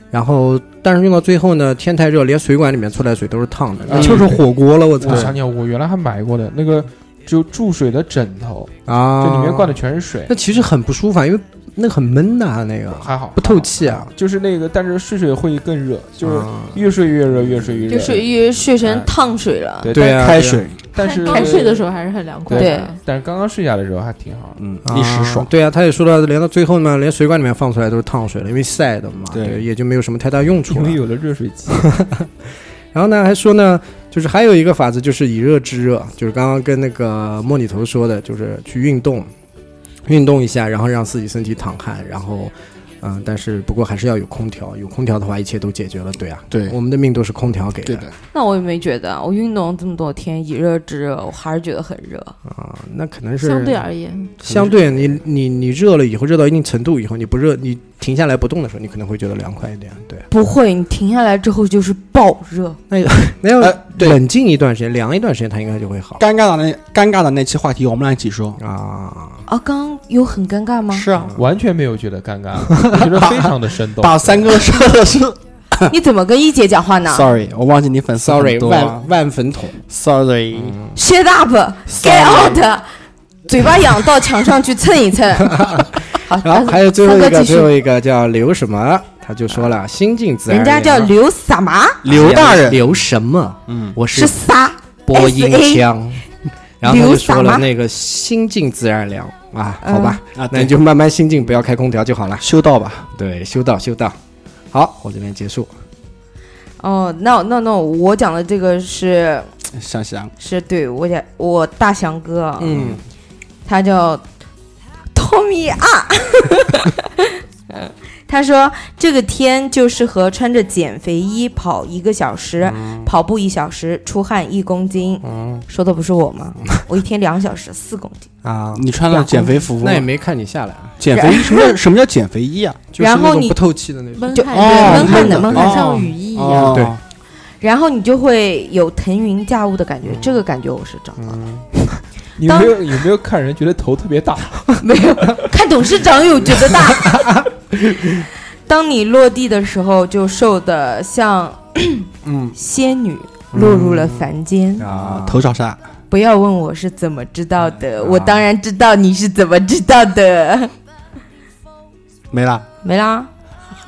然后，但是用到最后呢，天太热，连水管里面出来的水都是烫的，那嗯啊就是火锅了，我操我！想起来，我原来还买过的那个，就注水的枕头，啊，这里面灌的全是水，那其实很不舒服，啊，因为那个很闷呐、那个还好不透气啊，就是那个，但是睡水会更热，就是啊越睡越热，越睡越热。就属于睡成烫水了，对对啊，啊，开水，但是开睡的时候还是很凉快对的。但是刚刚睡下的时候还挺好的。嗯，啊一时爽。对啊，他也说了，连到最后呢，连水管里面放出来都是烫水了，因为晒的嘛，对也就没有什么太大用处因了嗯为。有了热水 [laughs] 器，然后呢，还说呢，就是还有一个法子，就是以热制热，就是刚刚跟那个莫里头说的，就是去运动，运动一下，然后让自己身体淌汗，然后。嗯，但是不过还是要有空调，有空调的话，一切都解决了，对啊，对我们的命都是空调给的，的，那我也没觉得，我运动这么多天，以热制热，我还是觉得很热。啊，那可能是相对而言，相对你你你热了以后，热到一定程度以后，你不热，你停下来不动的时候，你可能会觉得凉快一点。对，不会，你停下来之后就是爆热。那要呃对冷静一段时间，凉一段时间，它应该就会好尴尬的那尴尬的那期话题，我们俩一起说。啊。啊，刚刚有很尴尬吗？是啊，完全没有觉得尴尬，我觉得非常的 [laughs] 生动。把三哥说的是你怎么跟一姐讲话呢 sorry，我忘记你粉丝很多啊万万粉桶，嗯 sorry， ？Shut up，get out，嘴巴痒到墙上去蹭一 [laughs] 蹭。好，然后还有最后一三哥个，继续最后一个叫刘什么，他就说了，心静自然人凉。家叫刘什么？刘大人，刘什么？嗯，我是是啥？播音 SA 腔。然后他就说刘什么了那个心静自然凉啊，嗯好吧，啊，那那你就就慢慢心静，不要开空调就好了。修道吧。对，修道修道。好，我这边结束。哦，那那那我讲的这个是想想，是对我讲我大翔哥啊，嗯，他叫 Tommy 啊。 [laughs] 他说这个天就适合穿着减肥衣跑一个小时，嗯跑步一小时，出汗一公斤。说的不是我嗯吗？我一天两小时，四公斤。啊，你穿了减肥服吗那也没看你下来啊，减肥衣什么叫什么叫减肥 [laughs] 衣啊？就是然后那种你不透气的那种。闷就汗哦 [laughs] 对闷汗的闷闷汗的像雨衣一样。对哦然后你就会有腾云驾雾的感觉，这个感觉我是找到的。你有没有有没有看人觉得头特别大？ [laughs] 没有，看董事长有觉得大。当你落地的时候，就瘦的像嗯仙女落入了凡间。嗯啊，头罩衫，不要问我是怎么知道的，我当然知道你是怎么知道的。没啊了，没啦，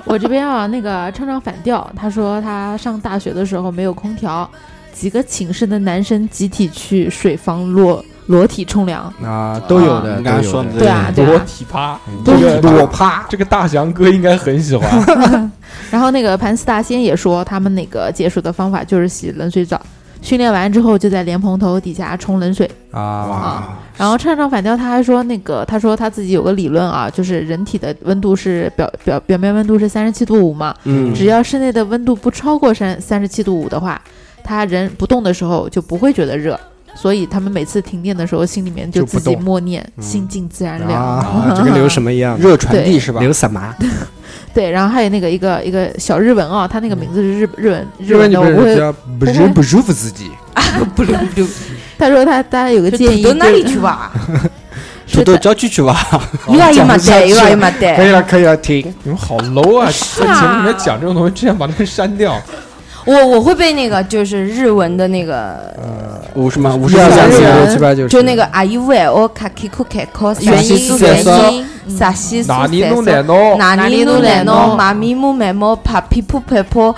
我这边啊，那个唱唱反调，他说他上大学的时候没有空调，几个寝室的男生集体去水房裸裸体冲凉。啊，都有的。你刚才都有说的的对啊，对裸啊。体趴，都这个裸趴，这个大翔哥应该很喜欢。然后那个盘丝大仙也说，他们那个解暑的方法就是洗冷水澡，训练完之后就在莲蓬头底下冲冷水。啊啊，然后唱唱反调，他还说那个，他说他自己有个理论啊，就是人体的温度是表表表面温度是三十七度五嘛，嗯只要室内的温度不超过三三十七度五的话，他人不动的时候就不会觉得热，所以他们每次停电的时候，心里面就不自己动默念“嗯心静自然凉”啊， [laughs] 这跟刘什么一样？热传递对是吧？刘什么？对，然后还有那个一个一个小日文啊，他那嗯个名字是日日文日 [laughs] 因为文你的，不我不是会。叫不是不舒服自 [laughs] 己？不噜不噜，他说他大家有个这建议，土豆哪里就是去挖？土是豆的郊区去吧。又要一码带，又要一码 [laughs] 可以带。了，可以了，停。你们好 low 啊！是在啊 [laughs] 节目里面讲这种东西，这样把他们删掉。我我会被那个就是日文的那个，五十吗？五五十十二下三四次五人六七八九十，就那个啊伊喂我卡基库凯科原原因因原原因因啥西啊哪里弄哦的来弄？哪里哪里弄弄来来弄弄妈咪木买猫帕皮普佩婆，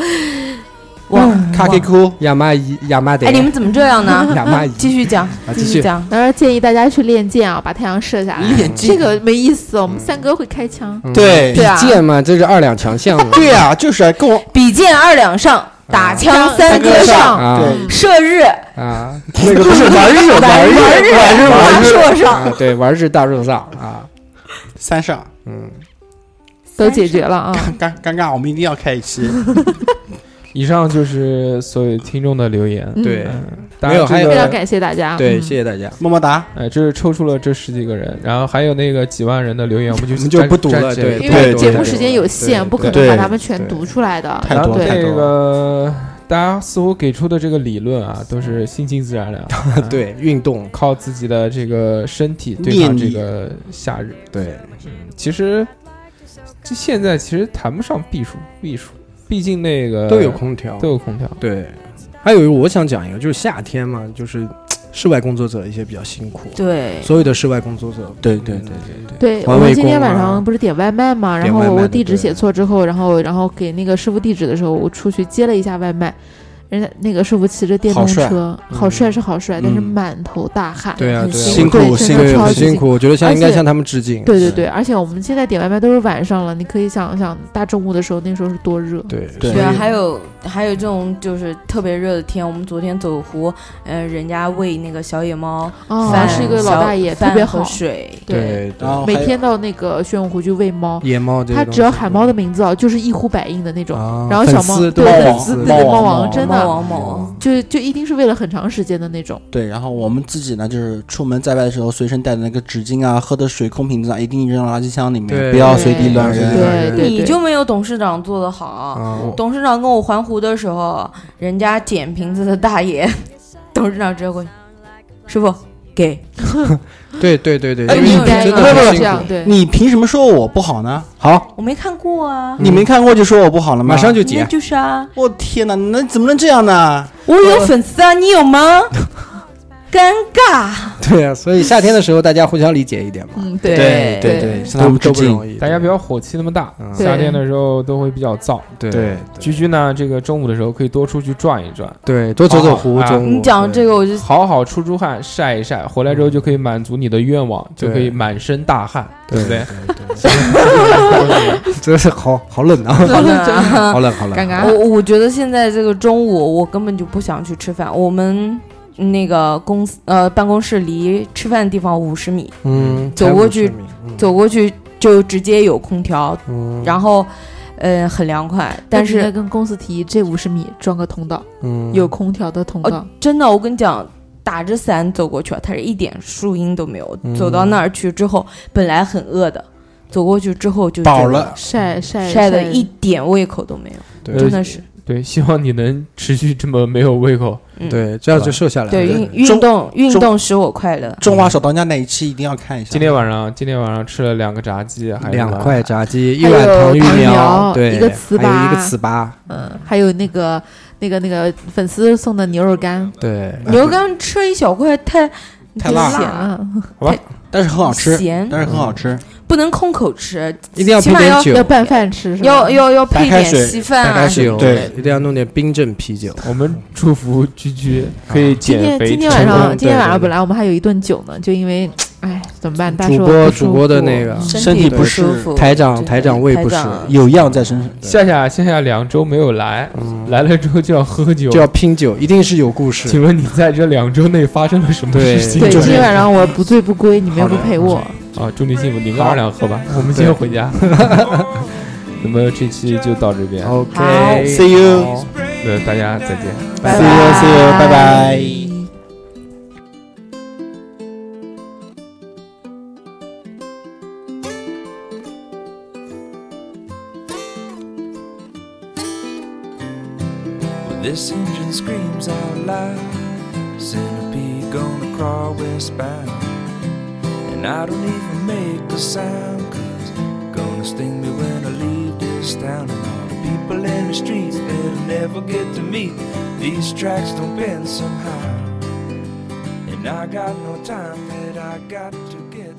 哇！卡给哭亚麻姨亚麻得，嗯啊哎，你们怎么这样 [laughs] 呢？亚麻姨继续讲，啊继继续续讲。然后建议大家去练剑啊，把太阳射下来。练这个没意思，我们三哥会开枪。嗯对比对啊剑嘛，这是二两强项嘛对呀，就是啊跟我比剑二两上，打枪三三哥哥上，啊 [laughs] 对射日啊，那个不是玩日玩日日玩日大玩日硕上。啊，对玩日大肉上啊，三上嗯，都解决了啊！ [laughs] 尴尴尬，我们一定要开一期。以上就是所有听众的留言。嗯对嗯，当没有然这还有非个常感谢大家。对，嗯谢谢大家，么么哒，哎，这是抽出了这十几个人，然后还有那个几万人的留言，我们 [laughs] 就我们就暂不读暂了且对对因为对节目对时间有限，对不可对能把他们全对，读出来的。太多然后太那多个大家似乎给出的这个理论啊，都是心静自然凉对运动，靠自己的这个身体对念抗这力个夏日。对其实这现在其实谈不上避暑，避暑，毕竟那个呃都有空调，都有空调。对，还有一个我想讲一个，就是夏天嘛，就是室外工作者一些比较辛苦，对，所有的室外工作者，对嗯对对对对，环我们卫今天工晚啊上不是点外卖嘛，然点后外卖我的地址对写错之后，然后然后给那个师傅地址的时候，我出去接了一下外卖，人家那个师傅骑着电好动帅车，好帅嗯是好帅，但是嗯满头大汗，对啊很对啊辛辛苦真辛的苦超很级辛。苦，我觉得像而应该且向他们致敬，对对对，而且我们现在点外卖都是晚上了，你可以想想大中午的时候，那时候是多热。对对对啊，还有还有这种就是特别热的天，我们昨天走湖，呃，人家喂那个小野猫哦，饭，是一个老小大爷，特饭别和好，水，对，对对，然后每还有天到那个玄武湖去喂猫，野猫这些他东只要西喊猫的名字啊，就是一呼百应的那种。啊然后小粉猫丝对猫粉王丝子对猫猫王王真猫的王猫王，就就一定是为了很长时间的那种。对，然后我们自己呢，就是出门在外的时候，随身带的那个纸巾啊，喝的水空瓶子啊，一定扔到垃圾箱里面，对不要随地对乱对扔。对对，你就没有董事长做的好。啊，我董事长跟我环湖的时候，人家捡瓶子的大爷， [laughs] 董事长直接过去，师傅给，对对对对，哎因为你真该的应不很该是是辛这样苦，嗯对。你凭什么说我不好呢？好，我没看过啊，你没看过就说我不好了吗？嗯马上就那结，就是啊，我天哪，那怎么能这样呢？我有粉丝啊，你有 [laughs] 吗？尴尬，对啊，所以夏天的时候大家互相理解一点嘛，嗯，对对对对，向他都们致都不敬。容易，大家不要火气那么大，对夏天的时候都会比较燥。对对居居呢，这个中午的时候可以多出去转一转，对，多走走湖啊中。你讲这个 [laughs] 我就好好出出汗，晒一晒，回来之后就可以满足你的愿望，对就可以满身大汗，对对不对？对， [laughs] 真是好好冷啊，好冷啊好冷好冷，尴尬我我觉得现在这个中午，我根本就不想去吃饭。我们那个公司呃办公室离吃饭的地方五十米，嗯，走过去走，走过去就直接有空调，嗯，然后呃很凉快。但那你应该是跟公司提议，这五十米装个通道，嗯有空调的通道哦。真的，我跟你讲。打着伞走过去，它是一点树荫都没有。嗯走到那儿去之后，本来很饿的，走过去之后就饱觉得了，呃晒晒晒的一点胃口都没有，对真的是。对，希望你能持续这么没有胃口。嗯，对，这样就瘦下来了，对，对运运呃中动运动使我快乐。中华小当家那一期一定要看一下。今天晚上，今天晚上吃了两个炸鸡，还有两碗块炸鸡，一还碗有糖糖苗，苗对，一个糍还有一个糍粑粑，嗯，还有那个那个那个粉丝送的牛肉干，对， [laughs] 牛肝吃一小块太太啊辣咸咸了，了，但是很好吃，咸但是很好吃。不能空口吃，一定要起配码点要酒，要拌饭吃是吧？要要要配白开点水稀饭白开啊。水，对，一定要弄点冰镇啤酒，我们祝福居居可以今减天肥今天成晚功成上功今天晚对上对本来我们还有一顿酒呢，就因为哎怎么办？大主叔播不主舒播的服那个身体舒不适服，台长真的台长胃不适台长有恙在身上，夏夏夏夏两周没有来，嗯，来了之后就要喝酒就。要拼酒，一定是有故事，请问你在这两周内发生了什么对事情？对，就今是天晚上我不醉不归，你们又不好的陪我，啊，祝你幸福，你跟二两喝吧，我们先回 [laughs] 家。 [laughs] 那么这期就到这边， OK， See you 好那大家再见。拜，see you see you，拜拜。 Well, this engine screams out loud. Centipede gonna crawl westbound. And I don't even make a sound, cause gonna sting me when I leave this town. And all the people in the streets, they'll never get to meet. These tracks don't bend somehow. And I got no time that I got to get.